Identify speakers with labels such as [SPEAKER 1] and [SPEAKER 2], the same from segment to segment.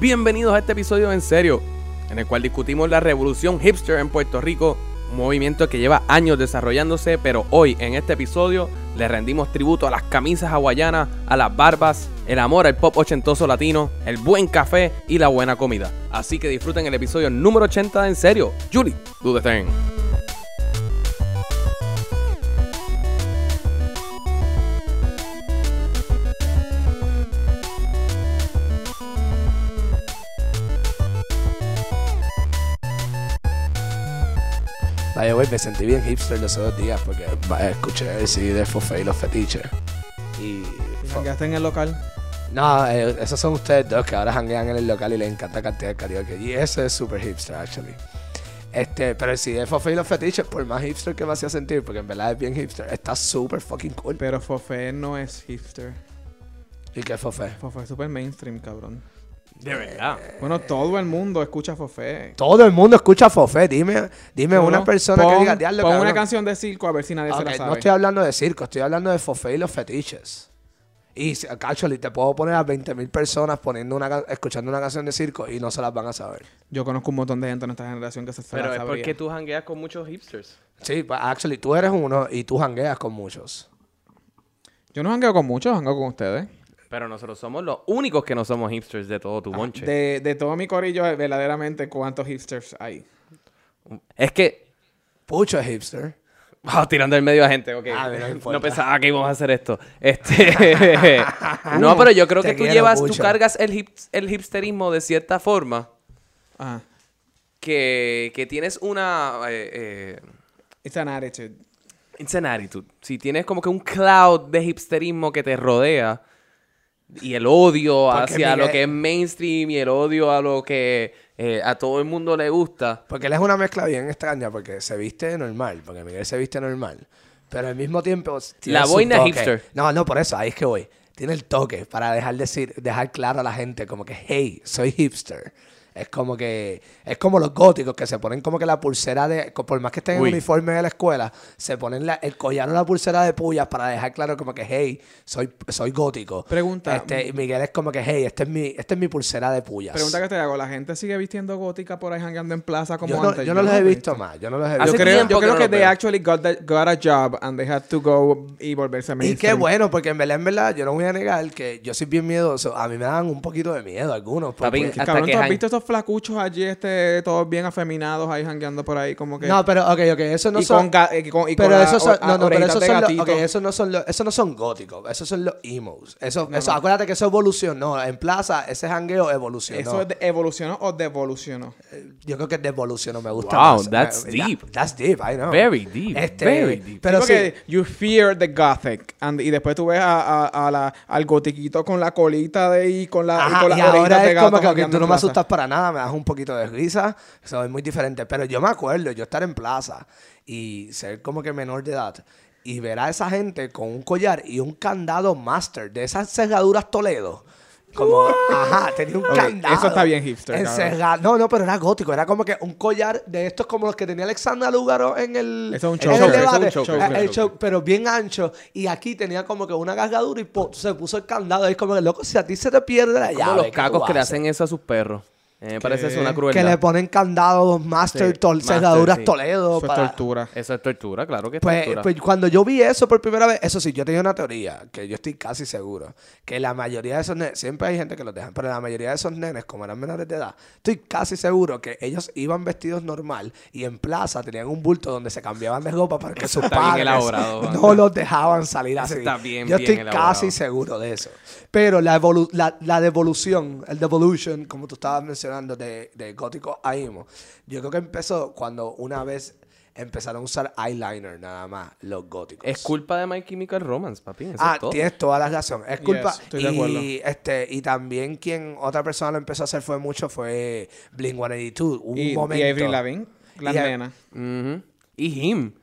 [SPEAKER 1] bienvenidos a este episodio de en serio, en el cual discutimos la revolución hipster en Puerto Rico, un movimiento que lleva años desarrollándose, pero hoy en este episodio le rendimos tributo a las camisas hawaianas, a las barbas, el amor al pop ochentoso latino, el buen café y la buena comida. Así que disfruten el episodio número 80 de en serio. Julie, do the thing.
[SPEAKER 2] By the way, me sentí bien hipster los dos días porque va, escuché el CD de Fofé y los fetiches. Y. fo-
[SPEAKER 3] Jangueaste en el local.
[SPEAKER 2] No, eh, esos son ustedes dos que ahora hanguean en el local y les encanta cantidad de karaoke. Y eso es super hipster, actually. Este, pero el CD de Fofé y los fetiches, por más hipster que me hacía sentir, porque en verdad es bien hipster, está super fucking cool.
[SPEAKER 3] Pero Fofé no es hipster.
[SPEAKER 2] ¿Y qué Fofé?
[SPEAKER 3] Fofé es super mainstream, cabrón.
[SPEAKER 1] De verdad.
[SPEAKER 3] Bueno, todo el mundo escucha Fofé.
[SPEAKER 2] Todo el mundo escucha Fofé. Dime, dime
[SPEAKER 3] Bueno,
[SPEAKER 2] una persona que
[SPEAKER 3] pon-
[SPEAKER 2] diga diablo.
[SPEAKER 3] Pon una
[SPEAKER 2] cabrón".
[SPEAKER 3] canción de circo a ver si nadie se
[SPEAKER 2] Ok,
[SPEAKER 3] la sabe.
[SPEAKER 2] No estoy hablando de circo, estoy hablando de fofé y los fetiches. Y, si- actually, te puedo poner a 20.000 personas poniendo una, ca- escuchando una canción de circo y no se las van a saber.
[SPEAKER 3] Yo conozco un montón de gente en nuestra generación que se, se
[SPEAKER 1] Pero
[SPEAKER 3] la
[SPEAKER 1] es
[SPEAKER 3] sabría.
[SPEAKER 1] porque tú jangueas con muchos hipsters.
[SPEAKER 2] Sí, pues, actually, tú eres uno y tú jangueas con muchos.
[SPEAKER 3] Yo no jangueo con muchos, jangueo con ustedes.
[SPEAKER 1] Pero nosotros somos los únicos que no somos hipsters de todo tu monche.
[SPEAKER 3] Ah, De, de todo mi corillo, eh, verdaderamente, ¿cuántos hipsters hay?
[SPEAKER 1] Es que.
[SPEAKER 2] Pucho es hipster.
[SPEAKER 1] Vamos Ah, tirando el medio a gente, ok.
[SPEAKER 2] Ah, no
[SPEAKER 1] no
[SPEAKER 2] importa.
[SPEAKER 1] pensaba que íbamos a hacer esto. Este. no, pero yo creo
[SPEAKER 2] Te
[SPEAKER 1] que tú
[SPEAKER 2] quiero
[SPEAKER 1] llevas, tú
[SPEAKER 2] mucho.
[SPEAKER 1] cargas el, hip- el hipsterismo de cierta forma
[SPEAKER 3] Ah,
[SPEAKER 1] que, que tienes una. Eh, eh,
[SPEAKER 3] it's an attitude.
[SPEAKER 1] it's an attitude. Si tienes como que un cloud de hipsterismo que te rodea y el odio
[SPEAKER 2] Porque eh,
[SPEAKER 1] hacia lo
[SPEAKER 2] Miguel-
[SPEAKER 1] que es mainstream y el odio a lo que eh, a todo el mundo le gusta.
[SPEAKER 2] Porque él es una mezcla bien extraña porque se viste normal, porque Miguel se viste normal. Pero al mismo tiempo. tiene
[SPEAKER 1] La
[SPEAKER 2] su
[SPEAKER 1] boina es
[SPEAKER 2] toque.
[SPEAKER 1] hipster.
[SPEAKER 2] No, no, por eso, ahí es que voy. Tiene el toque para dejar decir, dejar claro a la gente como que, hey, soy hipster. Es como que, es como los góticos que se ponen como que la pulsera de, co- por más que estén
[SPEAKER 1] Uy.
[SPEAKER 2] en uniforme de la escuela, se ponen la- el collar o la pulsera de pullas para dejar claro como que, hey, soy, soy gótico.
[SPEAKER 3] Pregunta.
[SPEAKER 2] Este, y Miguel es como que, hey, esta es mi, esta es mi pulsera de pullas.
[SPEAKER 3] Pregunta que te hago, ¿la gente sigue vistiendo gótica por ahí jangueando en plaza como
[SPEAKER 2] yo no,
[SPEAKER 3] antes?
[SPEAKER 2] yo no los
[SPEAKER 3] lo
[SPEAKER 2] he visto más, yo no los he visto.
[SPEAKER 1] Hace
[SPEAKER 3] Yo creo,
[SPEAKER 1] tiempo
[SPEAKER 3] yo
[SPEAKER 1] que
[SPEAKER 3] creo
[SPEAKER 1] no
[SPEAKER 3] que
[SPEAKER 1] lo
[SPEAKER 3] they
[SPEAKER 1] veo.
[SPEAKER 3] actually got, the- got a job and they had to go y volverse
[SPEAKER 2] Y
[SPEAKER 3] mainstream.
[SPEAKER 2] qué bueno, porque en verdad, en verdad, yo no voy a negar que yo soy bien miedoso. A mí me dan un poquito de miedo algunos.
[SPEAKER 1] Papi,
[SPEAKER 2] porque-
[SPEAKER 1] hasta
[SPEAKER 3] Cabrón,
[SPEAKER 1] que
[SPEAKER 3] ¿tú has
[SPEAKER 1] jan-
[SPEAKER 3] visto esos flacuchos allí, este, todos bien afeminados ahí jangueando por ahí como que...
[SPEAKER 2] No, pero, ok, ok, eso no
[SPEAKER 3] y
[SPEAKER 2] son...
[SPEAKER 3] con ga- eh, con- y con
[SPEAKER 2] pero
[SPEAKER 3] la
[SPEAKER 2] esos son,
[SPEAKER 3] o-
[SPEAKER 2] no, no, pero
[SPEAKER 3] orejitas
[SPEAKER 2] esos
[SPEAKER 3] de
[SPEAKER 2] son, los,
[SPEAKER 3] gatito.
[SPEAKER 2] ok, esos no son los- esos no son góticos, esos son los emos. Eso, eso, Acuérdate que eso evolucionó. En plaza, ese jangueo evolucionó. Eh,
[SPEAKER 3] ¿Eso es de- evolucionó o devolucionó?
[SPEAKER 2] Yo creo que devolucionó, me gusta
[SPEAKER 1] Wow,
[SPEAKER 2] más.
[SPEAKER 1] that's
[SPEAKER 2] Eh,
[SPEAKER 1] deep.
[SPEAKER 2] That's deep, I know.
[SPEAKER 1] Very deep,
[SPEAKER 2] Este,
[SPEAKER 1] very deep.
[SPEAKER 2] Pero sí,
[SPEAKER 3] Porque you fear the gothic. and- y después tú ves a, a- a la- al gotiquito con la colita de y con la,
[SPEAKER 2] Ajá,
[SPEAKER 3] con las
[SPEAKER 2] y ahora
[SPEAKER 3] orejitas
[SPEAKER 2] es
[SPEAKER 3] de gato
[SPEAKER 2] como que ok,
[SPEAKER 3] jangueando
[SPEAKER 2] tú no
[SPEAKER 3] en
[SPEAKER 2] me
[SPEAKER 3] plaza.
[SPEAKER 2] asustas para nada, me das un poquito de risa, eso es muy diferente. Pero yo me acuerdo, yo estar en plaza y ser como que menor de edad y ver a esa gente con un collar y un candado master de esas cerraduras Toledo. Como, ajá, tenía un
[SPEAKER 3] Ok,
[SPEAKER 2] candado.
[SPEAKER 3] eso está bien hipster, cabrón.
[SPEAKER 2] Encerra- No, no, pero era gótico. Era como que un collar de estos como los que tenía Alexandra Lúgaro en el.
[SPEAKER 3] Eso es un
[SPEAKER 2] en el
[SPEAKER 3] choker, eso es
[SPEAKER 2] debate.
[SPEAKER 3] un
[SPEAKER 2] Eh,
[SPEAKER 3] choker, eso es un
[SPEAKER 2] el
[SPEAKER 1] choker.
[SPEAKER 2] choker, pero bien ancho. Y aquí tenía como que una cargadura y po- se puso el candado. Y es como que, loco, si a ti se te pierde la
[SPEAKER 1] Como
[SPEAKER 2] llave.
[SPEAKER 1] los
[SPEAKER 2] ¿qué tú
[SPEAKER 1] cacos que le
[SPEAKER 2] haces?
[SPEAKER 1] hacen eso a sus perros. Eh, me parece eso
[SPEAKER 3] ¿Qué?
[SPEAKER 1] una
[SPEAKER 3] Que
[SPEAKER 1] crueldad.
[SPEAKER 2] Que le ponen candados, master,
[SPEAKER 1] Sí,
[SPEAKER 2] tol-
[SPEAKER 1] master,
[SPEAKER 2] cerraduras
[SPEAKER 1] sí.
[SPEAKER 2] Toledo.
[SPEAKER 3] Eso es
[SPEAKER 2] para-
[SPEAKER 3] tortura.
[SPEAKER 1] Eso es tortura, claro que es
[SPEAKER 2] Pues,
[SPEAKER 1] tortura.
[SPEAKER 2] pues cuando yo vi eso por primera vez, eso sí, yo tenía una teoría, que yo estoy casi seguro, que la mayoría de esos nenes, siempre hay gente que los dejan, pero la mayoría de esos nenes, como eran menores de edad, estoy casi seguro que ellos iban vestidos normal y en plaza tenían un bulto donde se cambiaban de ropa para que sus
[SPEAKER 1] está bien
[SPEAKER 2] padres
[SPEAKER 1] elaborado,
[SPEAKER 2] no
[SPEAKER 1] Wanda.
[SPEAKER 2] los dejaban salir así.
[SPEAKER 1] está bien,
[SPEAKER 2] yo
[SPEAKER 1] bien
[SPEAKER 2] estoy
[SPEAKER 1] elaborado.
[SPEAKER 2] casi seguro de eso. Pero la, evolu- la, la devolución, el devolution, como tú estabas mencionando, de, de gótico a emo, yo creo que empezó cuando una vez empezaron a usar eyeliner nada más, los góticos.
[SPEAKER 1] Es culpa de My Chemical Romance, papi. Eso
[SPEAKER 2] Ah,
[SPEAKER 1] es todo.
[SPEAKER 2] tienes toda la razón. Es culpa.
[SPEAKER 3] Yes, estoy de acuerdo.
[SPEAKER 2] y, este, y también quien otra persona lo empezó a hacer fue mucho fue Blink 182. Hubo Un
[SPEAKER 3] Y, y
[SPEAKER 2] momento.
[SPEAKER 3] Avril Lavigne, la
[SPEAKER 2] Y a-
[SPEAKER 3] nena.
[SPEAKER 1] Ujú. Y Him.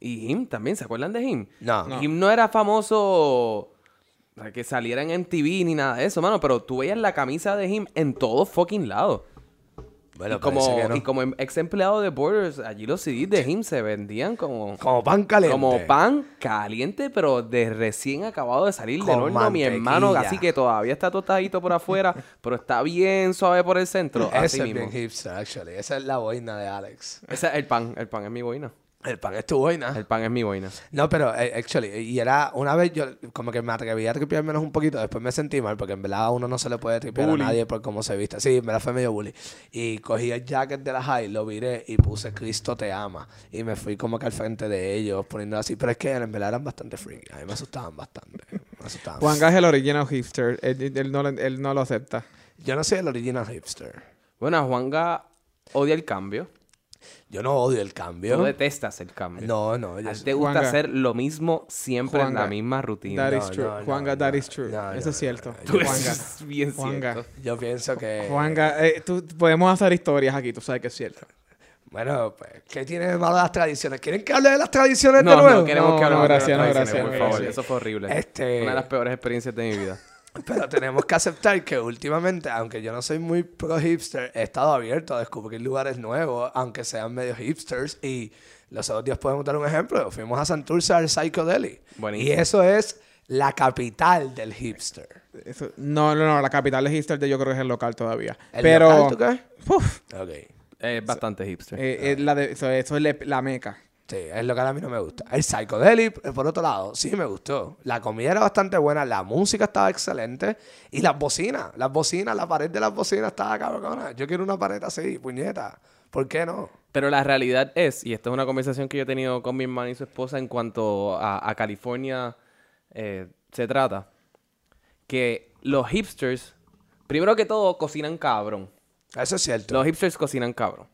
[SPEAKER 1] Y Him también, ¿se acuerdan de Him?
[SPEAKER 2] No.
[SPEAKER 3] No.
[SPEAKER 1] Him no era famoso para que saliera en MTV ni nada de eso, mano. Pero tú veías la camisa de Him en todos fucking lados.
[SPEAKER 2] Bueno,
[SPEAKER 1] y, como,
[SPEAKER 2] parece que no.
[SPEAKER 1] y como em- ex empleado de Borders, allí los CDs de him se vendían como,
[SPEAKER 2] Como pan caliente.
[SPEAKER 1] como pan caliente, pero de recién acabado de salir del
[SPEAKER 2] Con
[SPEAKER 1] horno, mi hermano.
[SPEAKER 2] mantequilla.
[SPEAKER 1] Así que todavía está tostadito por afuera, pero está bien suave por el centro. Así
[SPEAKER 2] Ese es
[SPEAKER 1] mismo.
[SPEAKER 2] bien hipster, actually. Esa es la boina de Alex.
[SPEAKER 1] Ese es el pan, el pan es mi boina.
[SPEAKER 2] El pan es tu boina.
[SPEAKER 1] El pan es mi boina.
[SPEAKER 2] No, pero eh, actually, y era una vez yo como que me atreví a tripear menos un poquito, después me sentí mal porque en verdad a uno no se le puede tripear
[SPEAKER 3] Bully.
[SPEAKER 2] a nadie por cómo se viste. Sí, me la fue medio bully. Y cogí el jacket de la high, lo viré y puse Cristo te ama. Y me fui como que al frente de ellos poniendo así. Pero es que en verdad eran bastante freaky. A mí me asustaban bastante. Me asustaban.
[SPEAKER 3] Juanga es el original hipster. Él, él- él no, lo- él no lo acepta.
[SPEAKER 2] Yo no soy el original hipster.
[SPEAKER 1] Bueno, Juanga odia el cambio.
[SPEAKER 2] Yo no odio el
[SPEAKER 1] Tú
[SPEAKER 2] cambio.
[SPEAKER 1] detestas el cambio.
[SPEAKER 2] No, no. yo
[SPEAKER 1] A ti
[SPEAKER 2] soy-
[SPEAKER 1] te gusta
[SPEAKER 3] Juanga.
[SPEAKER 1] hacer lo mismo siempre en la
[SPEAKER 3] Juanga.
[SPEAKER 1] misma rutina.
[SPEAKER 3] That
[SPEAKER 2] No,
[SPEAKER 3] is true.
[SPEAKER 2] no, no,
[SPEAKER 3] Juanga,
[SPEAKER 2] no,
[SPEAKER 3] that is true.
[SPEAKER 2] no,
[SPEAKER 3] Eso
[SPEAKER 2] no,
[SPEAKER 3] es cierto.
[SPEAKER 1] Tú
[SPEAKER 3] Juanga.
[SPEAKER 1] es bien
[SPEAKER 3] Juanga.
[SPEAKER 1] cierto.
[SPEAKER 2] Yo pienso que...
[SPEAKER 3] Juanga, eh, tú, podemos hacer historias aquí, tú sabes que es cierto.
[SPEAKER 2] Bueno, pues, ¿qué tiene de malo las tradiciones? ¿Quieren que hable de las tradiciones de
[SPEAKER 1] No,
[SPEAKER 2] nuevo?
[SPEAKER 1] no queremos
[SPEAKER 3] No,
[SPEAKER 1] que
[SPEAKER 3] no,
[SPEAKER 1] hablemos de las
[SPEAKER 3] gracias, no,
[SPEAKER 1] tradiciones,
[SPEAKER 3] gracias,
[SPEAKER 1] por
[SPEAKER 3] no,
[SPEAKER 1] favor.
[SPEAKER 3] gracias.
[SPEAKER 1] Eso fue horrible.
[SPEAKER 2] Este-
[SPEAKER 1] Una de las peores experiencias de mi vida.
[SPEAKER 2] Pero tenemos que aceptar que últimamente, aunque yo no soy muy pro hipster, he estado abierto a descubrir lugares nuevos, aunque sean medio hipsters. Y los otros días podemos dar un ejemplo. Fuimos a Santurce al Psychedelic.
[SPEAKER 1] Buenísimo.
[SPEAKER 2] Y eso es la capital del hipster.
[SPEAKER 3] Eso- no, no, no, la capital de hipster de- yo creo que es el local todavía.
[SPEAKER 2] ¿El
[SPEAKER 3] Pero.
[SPEAKER 2] local, tú crees?
[SPEAKER 3] Uf,
[SPEAKER 2] Ok.
[SPEAKER 1] Es bastante hipster.
[SPEAKER 3] eh, es la de- eso, eso es le- la meca.
[SPEAKER 2] Sí, es lo que a mí no me gusta. El psychedelic, eh, por otro lado, sí me gustó. La comida era bastante buena, la música estaba excelente y las bocinas, las bocinas, la pared de las bocinas estaba cabrona. Yo quiero una pared así, puñeta. ¿Por qué no?
[SPEAKER 1] Pero la realidad es, y esta es una conversación que yo he tenido con mi hermana y su esposa en cuanto a, a California eh, se trata, que los hipsters, primero que todo, cocinan cabrón.
[SPEAKER 2] Eso es cierto.
[SPEAKER 1] Los hipsters cocinan cabrón.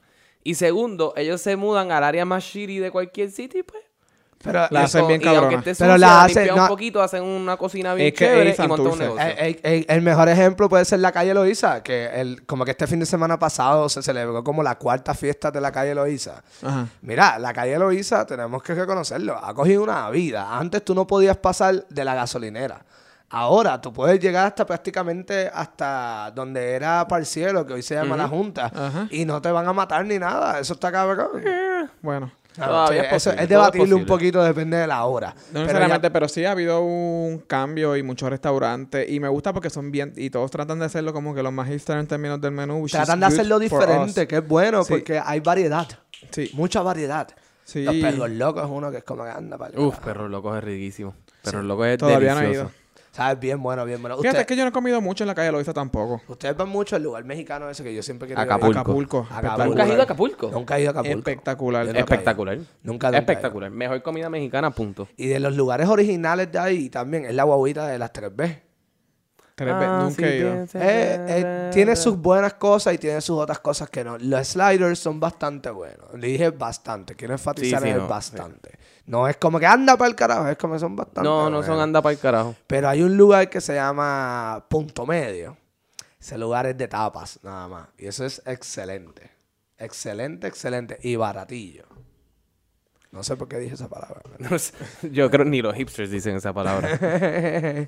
[SPEAKER 1] Y segundo, ellos se mudan al área más shitty de cualquier sitio, y pues.
[SPEAKER 2] Pero eso-
[SPEAKER 3] La hacen bien
[SPEAKER 1] y aunque
[SPEAKER 3] cabrona.
[SPEAKER 1] esté sucia,
[SPEAKER 2] Pero la hacen-
[SPEAKER 1] limpian
[SPEAKER 2] no-
[SPEAKER 1] un poquito, hacen una cocina bien
[SPEAKER 3] Es que
[SPEAKER 1] chévere
[SPEAKER 3] es
[SPEAKER 1] y montan un
[SPEAKER 3] Santurce.
[SPEAKER 1] negocio.
[SPEAKER 2] Eh, eh, eh, el mejor ejemplo puede ser la calle Loíza, que el, como que este fin de semana pasado se celebró como la cuarta fiesta de la calle Loíza.
[SPEAKER 3] Ajá.
[SPEAKER 2] Mira, la calle Loíza, tenemos que reconocerlo, ha cogido una vida. Antes tú no podías pasar de la gasolinera. Ahora tú puedes llegar hasta prácticamente hasta donde era Parcielo, que hoy se llama la Junta,
[SPEAKER 3] Ajá.
[SPEAKER 2] y no te van a matar ni nada. Eso está cabrón.
[SPEAKER 3] Bueno.
[SPEAKER 2] Ah,
[SPEAKER 1] Eh, Todavía
[SPEAKER 2] sí,
[SPEAKER 1] es posible,
[SPEAKER 2] eso es
[SPEAKER 1] todo es
[SPEAKER 2] debatible un
[SPEAKER 1] posible.
[SPEAKER 2] poquito, depende de la hora.
[SPEAKER 3] No
[SPEAKER 2] Pero
[SPEAKER 3] necesariamente,
[SPEAKER 2] ya-
[SPEAKER 3] pero sí ha habido un cambio y muchos restaurantes. Y me gusta porque son bien. Y todos tratan de hacerlo como que los más hipster en términos del menú. which is
[SPEAKER 2] tratan de
[SPEAKER 3] good
[SPEAKER 2] hacerlo
[SPEAKER 3] for us.
[SPEAKER 2] diferente, que es bueno,
[SPEAKER 3] Sí.
[SPEAKER 2] porque hay variedad.
[SPEAKER 3] Sí.
[SPEAKER 2] Mucha variedad.
[SPEAKER 3] Sí.
[SPEAKER 2] Los perros locos es uno que es como que anda para
[SPEAKER 1] Uf, perro loco es riquísimo. Perro loco es
[SPEAKER 3] eh, Todavía no he
[SPEAKER 1] delicioso.
[SPEAKER 3] ido.
[SPEAKER 2] ¿Sabes? Bien bueno, bien bueno.
[SPEAKER 3] Fíjate
[SPEAKER 2] Usted-
[SPEAKER 3] que yo no he comido mucho en la calle Loiza tampoco.
[SPEAKER 2] Ustedes van mucho al lugar mexicano ese que yo siempre quiero
[SPEAKER 1] Acapulco.
[SPEAKER 3] Acapulco.
[SPEAKER 2] Acapulco.
[SPEAKER 1] ¿Nunca has ido a
[SPEAKER 3] espectacular.
[SPEAKER 1] Acapulco?
[SPEAKER 2] Nunca he ido a Acapulco.
[SPEAKER 3] Espectacular.
[SPEAKER 2] Yo nunca he ido.
[SPEAKER 1] Espectacular.
[SPEAKER 2] Nunca, nunca he ido.
[SPEAKER 1] Espectacular. Mejor comida mexicana, punto.
[SPEAKER 2] Y de los lugares originales de ahí también es la guaguita de las 3B.
[SPEAKER 3] Tres veces.
[SPEAKER 2] Ah,
[SPEAKER 1] Ah,
[SPEAKER 3] Nunca he ido.
[SPEAKER 2] Eh, eh, tiene sus buenas cosas y tiene sus otras cosas que no. Los sliders son bastante buenos. Le dije bastante. Quiero enfatizar
[SPEAKER 1] Sí, sí,
[SPEAKER 2] en el
[SPEAKER 1] no,
[SPEAKER 2] bastante. No es como que anda para el carajo, es como que son bastante
[SPEAKER 1] No, no son
[SPEAKER 2] buenos.
[SPEAKER 1] anda para el carajo.
[SPEAKER 2] Pero hay un lugar que se llama Punto Medio. Ese lugar es de tapas, nada más. Y eso es excelente. Excelente, excelente. Y baratillo. No sé por qué dije esa palabra.
[SPEAKER 1] No sé, Yo creo ni los hipsters dicen esa palabra.
[SPEAKER 3] Pero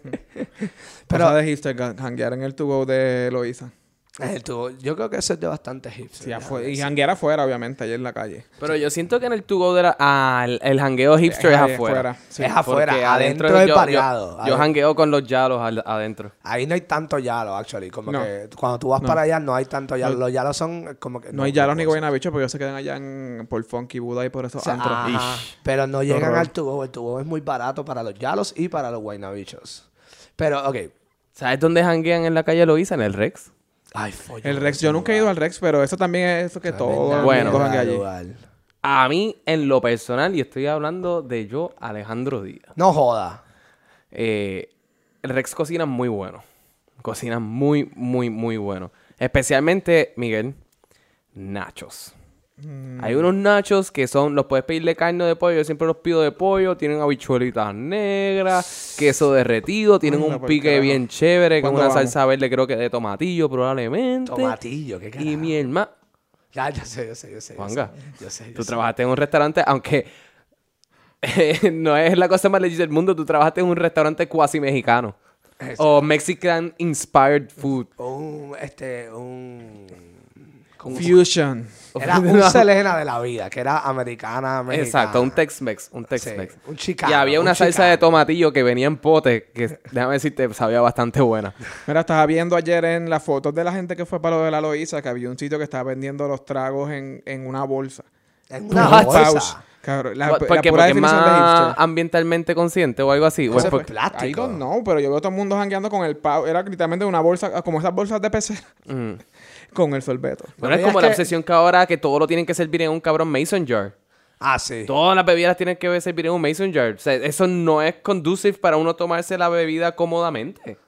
[SPEAKER 2] Pero-
[SPEAKER 3] de hipster gan- janguear en el to go de Loiza.
[SPEAKER 2] Eh, tú- yo creo que eso es de bastante hipster.
[SPEAKER 3] Sí,
[SPEAKER 2] ya,
[SPEAKER 3] afu- y
[SPEAKER 2] sí.
[SPEAKER 3] janguear afuera, obviamente, allá en la calle.
[SPEAKER 1] Pero yo siento que en el to go de la. Ah, el, el jangueo hipster es,
[SPEAKER 3] ahí
[SPEAKER 1] afuera.
[SPEAKER 3] afuera, sí.
[SPEAKER 2] Es afuera,
[SPEAKER 1] Porque
[SPEAKER 2] adentro
[SPEAKER 1] yo-
[SPEAKER 2] es
[SPEAKER 1] yo-
[SPEAKER 2] variado.
[SPEAKER 1] Yo
[SPEAKER 2] Adentro.
[SPEAKER 1] jangueo con los yalos al- adentro.
[SPEAKER 2] Ahí no hay tanto yalo, actually. Como
[SPEAKER 3] No.
[SPEAKER 2] que cuando tú vas para allá no hay tanto yalo. Los yalos son eh, como que...
[SPEAKER 3] No hay yalos ni
[SPEAKER 2] cosa.
[SPEAKER 3] gobiena bicho, porque ellos se quedan allá en, por Funky Buda y por esos
[SPEAKER 2] O sea,
[SPEAKER 3] antros.
[SPEAKER 2] ajá,
[SPEAKER 1] Ish.
[SPEAKER 2] pero no llegan
[SPEAKER 3] Horror.
[SPEAKER 2] al tubo. El tubo es muy barato para los yalos y para los guaynabichos. Pero, ok.
[SPEAKER 1] ¿Sabes dónde janguean en la calle Loiza? En el Rex.
[SPEAKER 2] Ay, follón,
[SPEAKER 3] El Rex, yo nunca he ido al Rex, pero eso también es eso que todo el
[SPEAKER 1] Bueno.
[SPEAKER 3] mundo janguea allí.
[SPEAKER 1] A mí, en lo personal, y estoy hablando de yo, Alejandro Díaz.
[SPEAKER 2] No joda.
[SPEAKER 1] eh, el Rex cocina muy bueno. Cocina muy, muy, muy bueno. Especialmente, Miguel, nachos.
[SPEAKER 3] Mm.
[SPEAKER 1] Hay unos nachos que son, los puedes pedir de carne o de pollo. Yo siempre los pido de pollo. Tienen habichuelitas negras, queso derretido. Tienen
[SPEAKER 3] Anda
[SPEAKER 1] un
[SPEAKER 3] pa'l
[SPEAKER 1] pique
[SPEAKER 3] carajo.
[SPEAKER 1] bien chévere con
[SPEAKER 3] ¿Cuándo
[SPEAKER 1] una
[SPEAKER 3] vamos?
[SPEAKER 1] salsa verde, creo que de tomatillo probablemente.
[SPEAKER 2] Tomatillo, qué carajo.
[SPEAKER 1] Este Y mi hermano,
[SPEAKER 2] Ya, yo sé, yo sé, yo sé. yo
[SPEAKER 1] Juanga,
[SPEAKER 2] sé, Yo sé, yo
[SPEAKER 1] tú
[SPEAKER 2] sé.
[SPEAKER 1] trabajaste en un restaurante, aunque eh, no es la cosa más legit del mundo. Tú trabajaste en un restaurante cuasi mexicano.
[SPEAKER 2] Eso.
[SPEAKER 1] O Mexican inspired food.
[SPEAKER 2] Un, este, un... Como-
[SPEAKER 3] Fusion.
[SPEAKER 2] Era un Selena de la vida, que era americana, mexicana.
[SPEAKER 1] Exacto, un Tex-Mex, un Tex-Mex.
[SPEAKER 2] Sí, un chicano,
[SPEAKER 1] Y había una
[SPEAKER 2] un
[SPEAKER 1] salsa
[SPEAKER 2] chicano.
[SPEAKER 1] de tomatillo que venía en pote, que déjame decirte, sabía bastante buena.
[SPEAKER 3] Mira, estaba viendo ayer en las fotos de la gente que fue para lo de la Loiza que había un sitio que estaba vendiendo los tragos en, en una bolsa.
[SPEAKER 2] En una
[SPEAKER 3] Hot
[SPEAKER 2] bolsa.
[SPEAKER 3] house. Cabrón, la,
[SPEAKER 1] ¿Por
[SPEAKER 3] la
[SPEAKER 1] ¿Por qué?
[SPEAKER 3] pura
[SPEAKER 1] Pues, porque es
[SPEAKER 3] definición de
[SPEAKER 1] más
[SPEAKER 3] hipster.
[SPEAKER 1] ambientalmente consciente o algo así.
[SPEAKER 2] Eso
[SPEAKER 1] Pues,
[SPEAKER 2] es
[SPEAKER 1] porque-
[SPEAKER 2] plástico.
[SPEAKER 3] I don't know, pero yo veo todo el mundo jangueando con el pavo. Era literalmente una bolsa, ah, como esas bolsas de pecera,
[SPEAKER 1] Mm.
[SPEAKER 3] con el sorbeto.
[SPEAKER 1] Bueno, es
[SPEAKER 2] digas
[SPEAKER 1] como la
[SPEAKER 2] que-
[SPEAKER 1] obsesión que ahora que todo lo tienen que servir en un cabrón mason jar.
[SPEAKER 2] Ah, sí.
[SPEAKER 1] Todas las bebidas tienen que servir en un mason jar. O sea, eso no es conducive para uno tomarse la bebida cómodamente.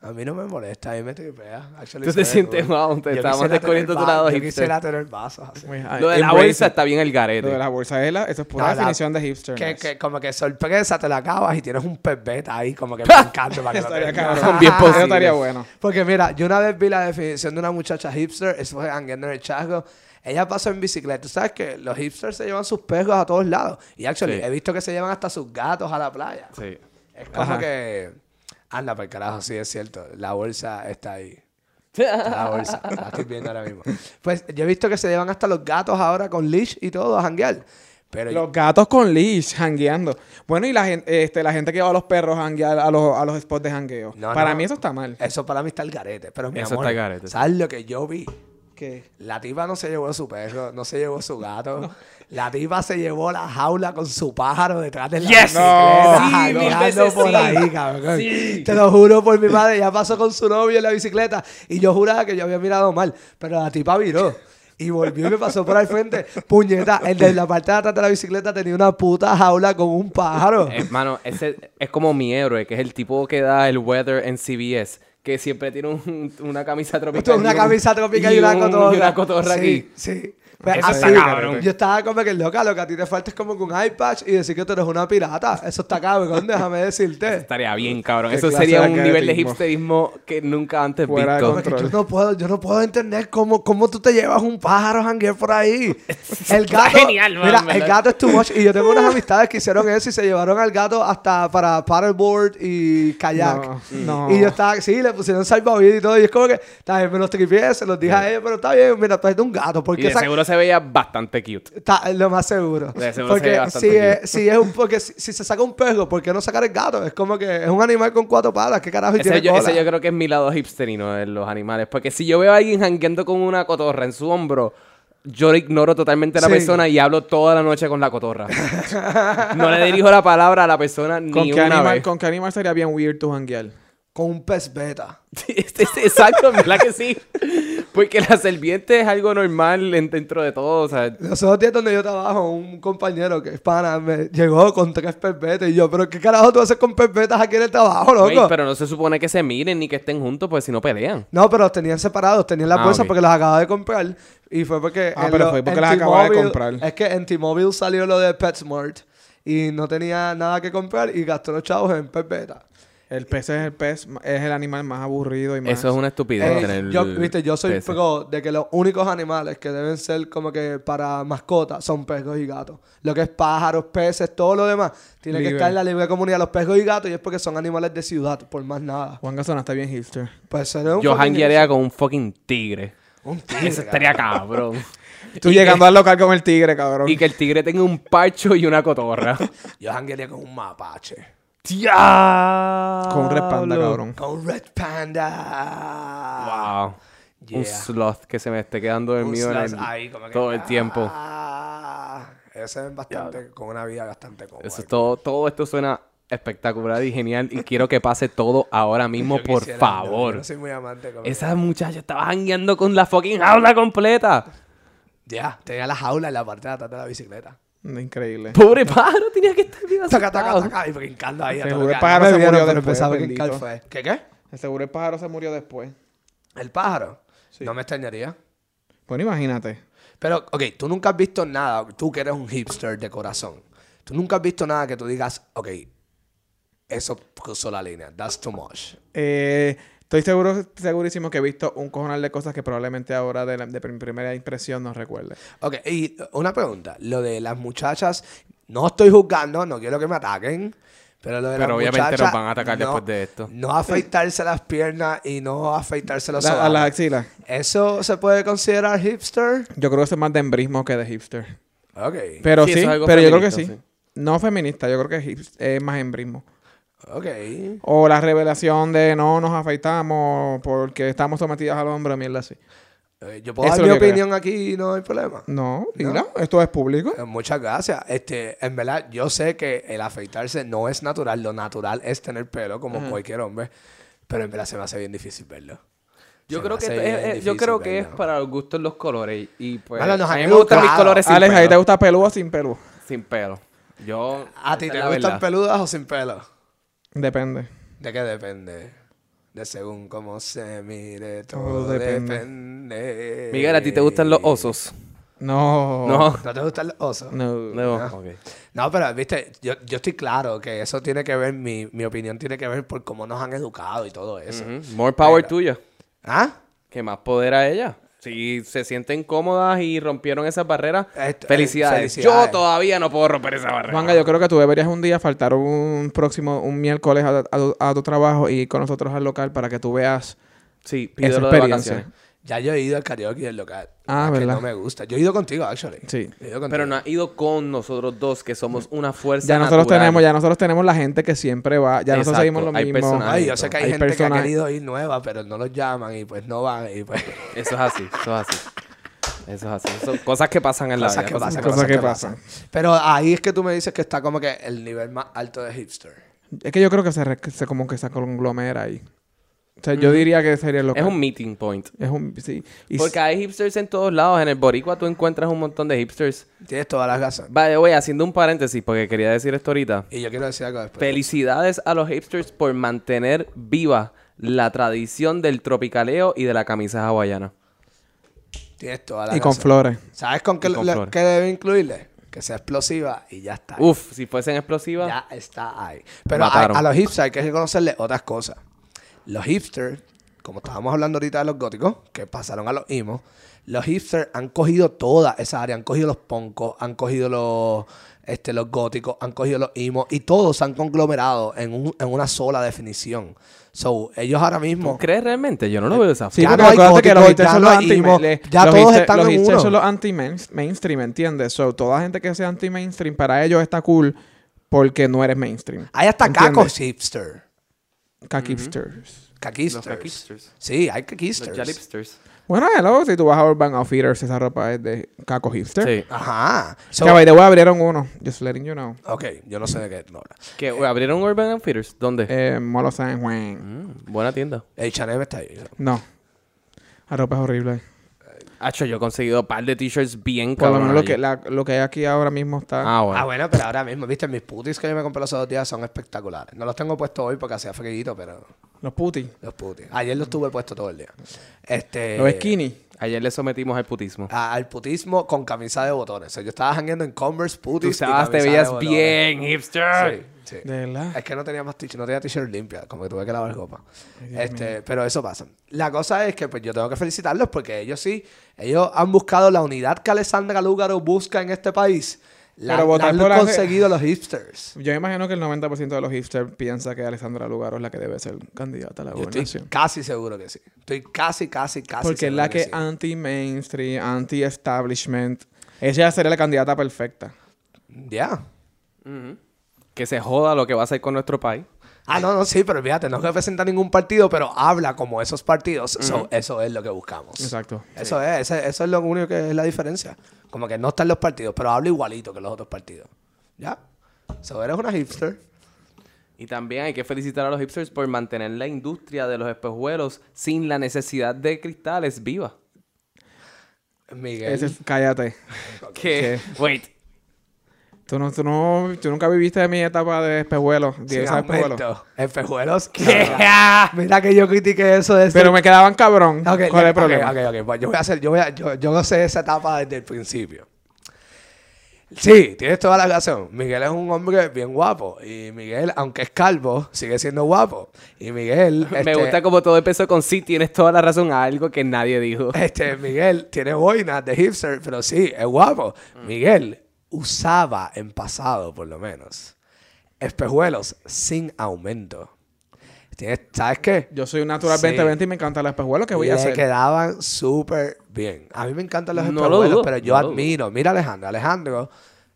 [SPEAKER 2] A mí no me molesta, a mí me tripea. Actually,
[SPEAKER 1] Tú
[SPEAKER 2] se
[SPEAKER 1] te
[SPEAKER 2] ve
[SPEAKER 1] sientes
[SPEAKER 2] cool.
[SPEAKER 1] wow, te
[SPEAKER 2] Yo
[SPEAKER 1] estamos
[SPEAKER 2] quisiera
[SPEAKER 1] descubriendo
[SPEAKER 2] tener
[SPEAKER 1] tu lado
[SPEAKER 2] va- Yo
[SPEAKER 1] hipster.
[SPEAKER 2] quisiera tener vasos así.
[SPEAKER 1] Lo de la
[SPEAKER 3] Embrace
[SPEAKER 1] bolsa
[SPEAKER 3] it.
[SPEAKER 1] está bien el
[SPEAKER 3] Lo de
[SPEAKER 1] garete.
[SPEAKER 3] la bolsa es, la, eso es pura
[SPEAKER 2] No, la-
[SPEAKER 3] definición de hipster.
[SPEAKER 2] Que, que como que sorpresa, te la acabas y tienes un pebeta ahí como que brincando para que lo
[SPEAKER 3] Estaría
[SPEAKER 2] tengas.
[SPEAKER 3] cabrón.
[SPEAKER 1] Bien
[SPEAKER 3] Eso
[SPEAKER 1] posible.
[SPEAKER 3] estaría bueno.
[SPEAKER 2] Porque mira, yo una vez vi la definición de una muchacha hipster, eso fue jangueando en el chasco. Ella pasó en bicicleta. Tú sabes que los hipsters se llevan sus perros a todos lados. Y actually,
[SPEAKER 1] Sí.
[SPEAKER 2] he visto que se llevan hasta sus gatos a la playa.
[SPEAKER 1] Sí.
[SPEAKER 2] Es como
[SPEAKER 3] Ajá.
[SPEAKER 2] que. Anda, por carajo, sí, es cierto. La bolsa está ahí. Está la bolsa. La estoy viendo ahora mismo. Pues yo he visto que se llevan hasta los gatos ahora con leash y todo a janguear. Pero
[SPEAKER 3] Los gatos con leash, jangueando. Bueno, y la gente, este, la gente que va a los perros a janguear a los, a los spots de jangueo.
[SPEAKER 2] No,
[SPEAKER 3] Para
[SPEAKER 2] no.
[SPEAKER 3] mí eso está mal.
[SPEAKER 1] Eh,
[SPEAKER 2] eso para mí está el garete. Pero mi
[SPEAKER 1] Eso
[SPEAKER 2] amor,
[SPEAKER 1] está el garete, sí.
[SPEAKER 2] ¿sabes lo que yo vi?
[SPEAKER 3] ¿Qué?
[SPEAKER 2] La tipa no se llevó su perro, no se llevó su gato. La tipa se llevó la jaula con su pájaro detrás de la
[SPEAKER 1] Yes.
[SPEAKER 2] bicicleta.
[SPEAKER 1] No. Sí, mil
[SPEAKER 2] jangueando
[SPEAKER 1] veces
[SPEAKER 2] por
[SPEAKER 1] sí.
[SPEAKER 2] ahí, cabrón.
[SPEAKER 1] Sí.
[SPEAKER 2] Te lo juro por mi madre. Ya pasó con su novio en la bicicleta. Y yo juraba que yo había mirado mal. Pero la tipa viró. Y volvió y me pasó por al frente. Puñeta, el de la parte de atrás de la bicicleta tenía una puta jaula con un pájaro.
[SPEAKER 1] Hermano, ese es como mi héroe, que es el tipo que da el weather en CBS, que siempre tiene un- una camisa
[SPEAKER 2] Esto
[SPEAKER 1] tropical.
[SPEAKER 2] es una
[SPEAKER 1] y un-
[SPEAKER 2] camisa tropical y, una
[SPEAKER 1] un-
[SPEAKER 2] cotorra.
[SPEAKER 1] Y una cotorra
[SPEAKER 2] Sí,
[SPEAKER 1] aquí.
[SPEAKER 2] Sí. Pues,
[SPEAKER 1] Eso
[SPEAKER 2] así,
[SPEAKER 1] está cabrón.
[SPEAKER 2] Yo estaba como que loca, lo que a ti te falta es como que un iPad y decir que tú eres una pirata. Eso está cabrón, déjame decirte.
[SPEAKER 1] Estaría bien, cabrón.
[SPEAKER 3] Qué
[SPEAKER 1] Eso
[SPEAKER 3] clase
[SPEAKER 1] sería
[SPEAKER 3] de
[SPEAKER 1] un nivel de
[SPEAKER 3] arquetipismo.
[SPEAKER 1] hipsterismo que nunca antes
[SPEAKER 3] Fuera de
[SPEAKER 1] visto.
[SPEAKER 2] Como que yo no puedo, yo no puedo entender cómo, cómo tú te llevas un pájaro janguear por ahí. El gato,
[SPEAKER 1] genial, man,
[SPEAKER 2] mira, el
[SPEAKER 1] ¿verdad?
[SPEAKER 2] gato es too much. Y yo tengo unas amistades que hicieron eso y se llevaron al gato hasta para paddleboard y kayak.
[SPEAKER 3] No, no.
[SPEAKER 2] Y yo estaba, sí, le pusieron salvavidas y todo. Y es como que, está bien, me los tripié, se los dije a ellos, pero está bien, mira, traes un gato.
[SPEAKER 1] Y
[SPEAKER 2] Porque
[SPEAKER 1] de
[SPEAKER 2] esa-
[SPEAKER 1] seguro se veía bastante cute.
[SPEAKER 2] Está lo más seguro.
[SPEAKER 1] De seguro se ve
[SPEAKER 2] Porque si
[SPEAKER 1] bastante bien.
[SPEAKER 2] es, si es un porque si, si se saca un perro, ¿por qué no sacar el gato? Es como que es un animal con cuatro patas, qué carajo y
[SPEAKER 1] Ese
[SPEAKER 2] tiene
[SPEAKER 1] yo,
[SPEAKER 2] cola?
[SPEAKER 1] ese yo creo que es mi lado hipsterino de los animales. Porque si yo veo a alguien jangueando con una cotorra en su hombro, yo le ignoro totalmente a la
[SPEAKER 2] Sí.
[SPEAKER 1] persona y hablo toda la noche con la cotorra. no le dirijo la palabra a la persona
[SPEAKER 3] ¿Con
[SPEAKER 1] ni
[SPEAKER 3] qué,
[SPEAKER 1] una
[SPEAKER 3] animal,
[SPEAKER 1] vez.
[SPEAKER 3] ¿Con qué animal sería bien weird tu janguear?
[SPEAKER 2] Con un pez beta.
[SPEAKER 1] Sí, este- este- Exacto, ¿verdad que sí? Porque la serpiente es algo normal en- dentro de todo. O sea,
[SPEAKER 2] Los otros días donde yo trabajo, un compañero que es pana me llegó con tres pez beta y yo, pero qué carajo tú haces con pez betas aquí en el trabajo, loco.
[SPEAKER 1] güey, pero no se supone que se miren ni que estén juntos, pues si no pelean.
[SPEAKER 2] No, pero los tenían separados, tenían la
[SPEAKER 1] Ah,
[SPEAKER 2] bolsa
[SPEAKER 1] ok.
[SPEAKER 2] porque los acababa de comprar. Y fue porque.
[SPEAKER 3] Ah,
[SPEAKER 2] en
[SPEAKER 3] pero
[SPEAKER 2] lo-
[SPEAKER 3] fue porque
[SPEAKER 2] en
[SPEAKER 3] las acababa de
[SPEAKER 2] T-Mobile-
[SPEAKER 3] comprar.
[SPEAKER 2] Es que en T-Mobile salió lo de PetSmart y no tenía nada que comprar y gastó los chavos en pez beta.
[SPEAKER 3] El pez es el pez, es el animal más aburrido y más.
[SPEAKER 1] Eso es una estupidez.
[SPEAKER 2] Eh,
[SPEAKER 1] tener
[SPEAKER 2] yo, viste, yo soy
[SPEAKER 1] peces.
[SPEAKER 2] pro de que los únicos animales que deben ser como que para mascotas son perros y gatos. Lo que es pájaros, peces, todo lo demás, tiene que
[SPEAKER 3] Libre.
[SPEAKER 2] estar en la libre comunidad los perros y gatos y es porque son animales de ciudad, por más nada.
[SPEAKER 3] Juan Gasona está bien hipster.
[SPEAKER 2] Pues eso no es un
[SPEAKER 1] Yo
[SPEAKER 2] fucking-
[SPEAKER 1] hanguearía con un fucking tigre.
[SPEAKER 2] un
[SPEAKER 1] Eso
[SPEAKER 2] tigre,
[SPEAKER 1] estaría cabrón.
[SPEAKER 3] Tú llegando al local con el tigre, cabrón.
[SPEAKER 1] Y que el tigre tenga un parcho y una cotorra.
[SPEAKER 2] cabrón. Yo hanguearía con un mapache.
[SPEAKER 3] Con un red panda, cabrón.
[SPEAKER 2] Con un red panda.
[SPEAKER 1] Wow.
[SPEAKER 2] Yeah.
[SPEAKER 1] Un sloth que se me esté quedando
[SPEAKER 2] Un
[SPEAKER 1] dormido en
[SPEAKER 2] slash
[SPEAKER 1] el-
[SPEAKER 2] ahí, como que,
[SPEAKER 1] todo el tiempo.
[SPEAKER 2] ah, ese es bastante, con una vida bastante cómoda.
[SPEAKER 1] Eso es todo, todo esto suena espectacular y genial y quiero que pase todo ahora mismo,
[SPEAKER 2] Yo
[SPEAKER 1] por
[SPEAKER 2] quisiera, no,
[SPEAKER 1] favor.
[SPEAKER 2] yo no soy muy amante como
[SPEAKER 1] Esa muchacha estaba jangueando con la fucking jaula completa.
[SPEAKER 2] Ya, tenía la jaula en la parte de atrás de la bicicleta.
[SPEAKER 3] Increíble.
[SPEAKER 1] Pobre pájaro, tenía que estar bien
[SPEAKER 2] Taca, taca,
[SPEAKER 1] asustado.
[SPEAKER 2] taca, y brincando ahí. a
[SPEAKER 3] Seguro
[SPEAKER 2] todo lo
[SPEAKER 3] el
[SPEAKER 2] que-
[SPEAKER 3] pájaro
[SPEAKER 2] me
[SPEAKER 3] se
[SPEAKER 2] vieron,
[SPEAKER 3] murió
[SPEAKER 2] pero
[SPEAKER 3] después,
[SPEAKER 2] empezaba a brincar
[SPEAKER 3] bendito.
[SPEAKER 2] fue. ¿Qué, qué?
[SPEAKER 3] Seguro el pájaro se murió después.
[SPEAKER 2] ¿El pájaro? No me extrañaría.
[SPEAKER 3] Bueno, imagínate.
[SPEAKER 2] Pero, ok, tú nunca has visto nada, tú que eres un hipster de corazón, tú nunca has visto nada que tú digas, ok, eso cruzó la línea, that's too much.
[SPEAKER 3] Eh, estoy seguro, segurísimo que he visto un cojonal de cosas que probablemente ahora de, la- de mi primera impresión no recuerde.
[SPEAKER 2] Ok, y una pregunta, lo de las muchachas, no estoy juzgando, no quiero que me ataquen, Pero, lo de
[SPEAKER 1] Pero
[SPEAKER 2] las
[SPEAKER 1] obviamente nos
[SPEAKER 2] muchachas,
[SPEAKER 1] van a atacar
[SPEAKER 2] no-
[SPEAKER 1] después de esto.
[SPEAKER 2] No afeitarse las piernas y no afeitarse los
[SPEAKER 3] La- a las
[SPEAKER 2] sobacos.
[SPEAKER 3] axilas.
[SPEAKER 2] ¿Eso se puede considerar hipster?
[SPEAKER 3] Yo creo que eso es más de embrismo que de hipster.
[SPEAKER 2] Ok.
[SPEAKER 3] Pero
[SPEAKER 1] Sí,
[SPEAKER 3] sí,
[SPEAKER 1] eso es algo
[SPEAKER 3] pero yo creo que sí.
[SPEAKER 1] feminista,
[SPEAKER 3] No feminista, yo creo que hips- es más embrismo.
[SPEAKER 2] Ok. Eh,
[SPEAKER 3] O la revelación de no nos afeitamos porque estamos sometidas al hombre, mierda así.
[SPEAKER 2] Eh, Yo puedo
[SPEAKER 3] Eso
[SPEAKER 2] dar
[SPEAKER 3] es
[SPEAKER 2] mi
[SPEAKER 3] lo que creo.
[SPEAKER 2] opinión aquí y no hay problema.
[SPEAKER 3] No, dila, esto es público.
[SPEAKER 2] Eh, Muchas gracias. Este, en verdad, yo sé que el afeitarse no es natural. Lo natural es tener pelo como cualquier hombre. Pero en verdad se me hace bien difícil verlo.
[SPEAKER 1] Yo
[SPEAKER 2] Se
[SPEAKER 1] creo
[SPEAKER 2] me
[SPEAKER 1] que, esto
[SPEAKER 2] hace
[SPEAKER 1] es,
[SPEAKER 2] bien
[SPEAKER 1] es- yo
[SPEAKER 2] difícil
[SPEAKER 1] creo que es
[SPEAKER 2] verlo.
[SPEAKER 1] para los gustos los colores. Y y, pues.
[SPEAKER 2] Mano, nos
[SPEAKER 1] a mí
[SPEAKER 2] han
[SPEAKER 1] me gustan mis
[SPEAKER 2] educado.
[SPEAKER 1] colores sin
[SPEAKER 3] Alex, ahí te
[SPEAKER 1] pelo.
[SPEAKER 3] gusta pelúa sin pelo.
[SPEAKER 1] Sin pelo. Yo.
[SPEAKER 2] ¿A ti
[SPEAKER 1] esa
[SPEAKER 2] te
[SPEAKER 1] es la
[SPEAKER 2] gustan
[SPEAKER 1] verdad.
[SPEAKER 2] peludas o sin pelo?
[SPEAKER 3] Depende.
[SPEAKER 2] ¿De qué depende? De según cómo se mire, todo,
[SPEAKER 3] Todo
[SPEAKER 2] depende.
[SPEAKER 3] depende.
[SPEAKER 1] Miguel, ¿a ti te gustan los osos?
[SPEAKER 3] No.
[SPEAKER 1] No.
[SPEAKER 2] ¿No te gustan los osos?
[SPEAKER 3] No.
[SPEAKER 1] No.
[SPEAKER 2] No.
[SPEAKER 1] ok.
[SPEAKER 2] No, pero, viste, yo, yo estoy claro que eso tiene que ver, mi, mi opinión tiene que ver por cómo nos han educado y todo eso.
[SPEAKER 1] Ujú. Mm, More power tuya.
[SPEAKER 2] ¿Ah?
[SPEAKER 1] Que más poder a ella. Si se sienten cómodas y rompieron esas barreras,
[SPEAKER 2] Esto- eh,
[SPEAKER 1] felicidades.
[SPEAKER 2] felicidades.
[SPEAKER 1] Yo todavía no puedo romper esa barrera.
[SPEAKER 3] Juanga, yo creo que tú deberías un día faltar un próximo, un miércoles a, a tu- a tu trabajo y ir con nosotros al local para que tú veas
[SPEAKER 1] Sí,
[SPEAKER 3] esa
[SPEAKER 1] pídelo de vacaciones.
[SPEAKER 3] experiencia.
[SPEAKER 2] Ya yo he ido al karaoke del local.
[SPEAKER 3] Ah,
[SPEAKER 2] Es que
[SPEAKER 3] ¿verdad?
[SPEAKER 2] no me gusta. Yo he ido contigo, actually.
[SPEAKER 3] Sí.
[SPEAKER 2] He ido contigo.
[SPEAKER 1] Pero no ha ido con nosotros dos, que somos una fuerza
[SPEAKER 3] Ya nosotros
[SPEAKER 1] natural.
[SPEAKER 3] tenemos, ya nosotros tenemos la gente que siempre va, ya
[SPEAKER 1] Exacto,
[SPEAKER 3] nosotros seguimos lo
[SPEAKER 1] hay
[SPEAKER 3] mismo.
[SPEAKER 1] personajes.
[SPEAKER 2] Ay, yo sé que hay,
[SPEAKER 3] Hay
[SPEAKER 2] gente que ha
[SPEAKER 3] personas-
[SPEAKER 2] querido ir nueva, pero no los llaman y pues no van y pues...
[SPEAKER 1] Eso es así, eso es así. Eso es así. Son cosas que pasan en la
[SPEAKER 2] cosas
[SPEAKER 1] vida.
[SPEAKER 2] que pasan,
[SPEAKER 3] cosas que pasan.
[SPEAKER 2] Pero ahí es que tú me dices que está como que el nivel más alto de hipster.
[SPEAKER 3] Es que yo creo que se, re- que se como que se conglomera ahí. O sea, yo diría que sería lo
[SPEAKER 1] Es un meeting point.
[SPEAKER 3] es un sí. Y s-
[SPEAKER 1] Porque hay hipsters en todos lados. En el Boricua tú encuentras un montón de hipsters.
[SPEAKER 2] Tienes todas las razón.
[SPEAKER 1] By the way, haciendo un paréntesis, porque quería decir esto ahorita.
[SPEAKER 2] Y yo quiero decir algo después.
[SPEAKER 1] Felicidades a los hipsters por mantener viva la tradición del tropicaleo y de la camisa hawaiana.
[SPEAKER 2] Tienes todas las
[SPEAKER 3] y con flores.
[SPEAKER 2] ¿Sabes con qué
[SPEAKER 1] Y con
[SPEAKER 2] le-
[SPEAKER 1] flores.
[SPEAKER 2] qué debe incluirle? Que sea explosiva y ya está.
[SPEAKER 1] Uf, si fuesen explosivas.
[SPEAKER 2] Ya está ahí. Pero a,
[SPEAKER 1] Mataron.
[SPEAKER 2] a los hipsters hay que reconocerle otras cosas. Los hipsters, como estábamos hablando ahorita de los góticos, que pasaron a los imos, los hipsters han cogido toda esa área. Han cogido los poncos, han cogido los, este, los góticos, han cogido los imos y todos se han conglomerado en, un- en una sola definición. So, ellos ahora mismo...
[SPEAKER 1] ¿Tú crees realmente? Yo no lo veo de esa
[SPEAKER 3] Sí,
[SPEAKER 1] forma.
[SPEAKER 2] Ya
[SPEAKER 3] porque
[SPEAKER 2] no hay
[SPEAKER 3] acuérdate que los
[SPEAKER 2] góticos,
[SPEAKER 3] hipsters
[SPEAKER 2] ya
[SPEAKER 3] son
[SPEAKER 2] no
[SPEAKER 3] los
[SPEAKER 2] hay
[SPEAKER 3] anti
[SPEAKER 2] emos,
[SPEAKER 3] le-
[SPEAKER 2] ya
[SPEAKER 3] los
[SPEAKER 2] todos
[SPEAKER 3] hipster-
[SPEAKER 2] están
[SPEAKER 3] los
[SPEAKER 2] en
[SPEAKER 3] hipsters
[SPEAKER 2] uno.
[SPEAKER 3] son los anti-mainstream, ¿entiendes? So, toda gente que sea anti-mainstream, para ellos está cool porque no eres mainstream.
[SPEAKER 2] Hay hasta
[SPEAKER 3] ¿Entiendes?
[SPEAKER 2] cacos hipster.
[SPEAKER 3] Caquipsters.
[SPEAKER 2] Caquisters.
[SPEAKER 1] caquisters.
[SPEAKER 2] Sí, hay
[SPEAKER 1] Los
[SPEAKER 2] caquisters.
[SPEAKER 1] jalipsters.
[SPEAKER 3] Bueno, hello, si tú vas a Urban Outfitters, esa ropa es de caco hipster.
[SPEAKER 1] Sí.
[SPEAKER 2] Ajá. So-
[SPEAKER 3] Que by the way abrieron uno. Just letting you know.
[SPEAKER 2] ok, yo no sé de qué no habla.
[SPEAKER 1] Que abrieron Urban Outfitters. ¿Dónde?
[SPEAKER 3] Eh, Molo San Juan.
[SPEAKER 1] Mm, buena tienda.
[SPEAKER 2] El Chanel está ahí.
[SPEAKER 3] No. La ropa es horrible.
[SPEAKER 1] Hacho, yo he conseguido un par de t-shirts bien
[SPEAKER 3] Por lo menos lo
[SPEAKER 1] cabrones
[SPEAKER 3] que,
[SPEAKER 1] allí.
[SPEAKER 3] la- lo que hay aquí ahora mismo está.
[SPEAKER 1] Ah,
[SPEAKER 2] Ah,
[SPEAKER 1] bueno.
[SPEAKER 2] bueno, pero ahora mismo, viste, mis putis que yo me compré los otros días son espectaculares. No los tengo puestos hoy porque hacía frío, pero
[SPEAKER 3] Los putis.
[SPEAKER 2] los putis. Ayer los tuve puestos todo el día. Este.
[SPEAKER 1] Eh.
[SPEAKER 3] Los skinny.
[SPEAKER 1] Ayer le sometimos al putismo.
[SPEAKER 2] a- al putismo con camisa de botones. O sea, yo estaba jangueando en Converse,
[SPEAKER 1] Tú
[SPEAKER 2] putis. y
[SPEAKER 1] estabas, te
[SPEAKER 2] camisa de
[SPEAKER 1] veías
[SPEAKER 2] botones.
[SPEAKER 1] bien, hipster.
[SPEAKER 2] Sí, sí.
[SPEAKER 3] De verdad.
[SPEAKER 2] Es que no tenía más t-shirt, no tenía t-shirt limpia, como que tuve que lavar ropa. Este, pero eso pasa. La cosa es que pues yo tengo que felicitarlos porque ellos sí, ellos han buscado la unidad que Alessandra Lúgaro busca en este país. La,
[SPEAKER 3] Pero
[SPEAKER 2] la
[SPEAKER 3] votar
[SPEAKER 2] han
[SPEAKER 3] por hace-
[SPEAKER 2] conseguido los hipsters.
[SPEAKER 3] Yo imagino que el 90% de los hipsters piensa que Alessandra Lugaro es la que debe ser candidata a la
[SPEAKER 2] Yo estoy
[SPEAKER 3] gobernación.
[SPEAKER 2] casi seguro que sí. Estoy casi, casi, casi
[SPEAKER 3] Porque es
[SPEAKER 2] seguro
[SPEAKER 3] la que
[SPEAKER 2] sí.
[SPEAKER 3] anti-mainstream, anti-establishment. Ella sería la candidata perfecta.
[SPEAKER 2] Ya.
[SPEAKER 1] Que se joda lo que va a hacer con nuestro país.
[SPEAKER 2] Ah, no, no, sí, pero fíjate, no representa ningún partido, pero habla como esos partidos. So, eso es lo que buscamos.
[SPEAKER 3] Exacto.
[SPEAKER 2] Eso es, ese- eso es lo único que es la diferencia. Como que no están los partidos, pero habla igualito que los otros partidos. ¿Ya? So, eres una hipster.
[SPEAKER 1] Y también hay que felicitar a los hipsters por mantener la industria de los espejuelos sin la necesidad de cristales viva.
[SPEAKER 2] Miguel.
[SPEAKER 3] Ese es- cállate.
[SPEAKER 1] Que, wait,
[SPEAKER 3] Tú, no, tú, no, tú nunca viviste mi etapa de espejuelo.
[SPEAKER 2] Sí,
[SPEAKER 3] de esa espejuelo.
[SPEAKER 2] Alberto. Espejuelos. Mira que yo critiqué eso de
[SPEAKER 3] Pero me quedaban cabrón.
[SPEAKER 2] Ok,
[SPEAKER 3] ¿Cuál es el
[SPEAKER 2] ok,
[SPEAKER 3] problema?
[SPEAKER 2] ok, ok. Pues yo voy a hacer, yo voy a, yo, yo no sé esa etapa desde el principio. Sí, tienes toda la razón. Miguel es un hombre bien guapo. Y Miguel, aunque es calvo, sigue siendo guapo. Y Miguel.
[SPEAKER 1] me
[SPEAKER 2] este,
[SPEAKER 1] gusta como todo empezó con sí, tienes toda la razón a algo que nadie dijo.
[SPEAKER 2] Este, Miguel tiene boinas de hipster, pero
[SPEAKER 3] Mm.
[SPEAKER 2] sí, es guapo. Miguel usaba en pasado, por lo menos, Espejuelos sin aumento. Tienes- ¿Sabes qué?
[SPEAKER 3] Yo soy un natural
[SPEAKER 2] Sí.
[SPEAKER 3] 2020 y me encantan los espejuelos. ¿Qué voy a
[SPEAKER 2] Le
[SPEAKER 3] hacer?
[SPEAKER 2] quedaban súper bien. A mí me encantan los
[SPEAKER 1] No lo
[SPEAKER 2] espejuelos,
[SPEAKER 1] dudo,
[SPEAKER 2] pero yo
[SPEAKER 1] no lo dudo.
[SPEAKER 2] admiro. Mira, Alejandro. Alejandro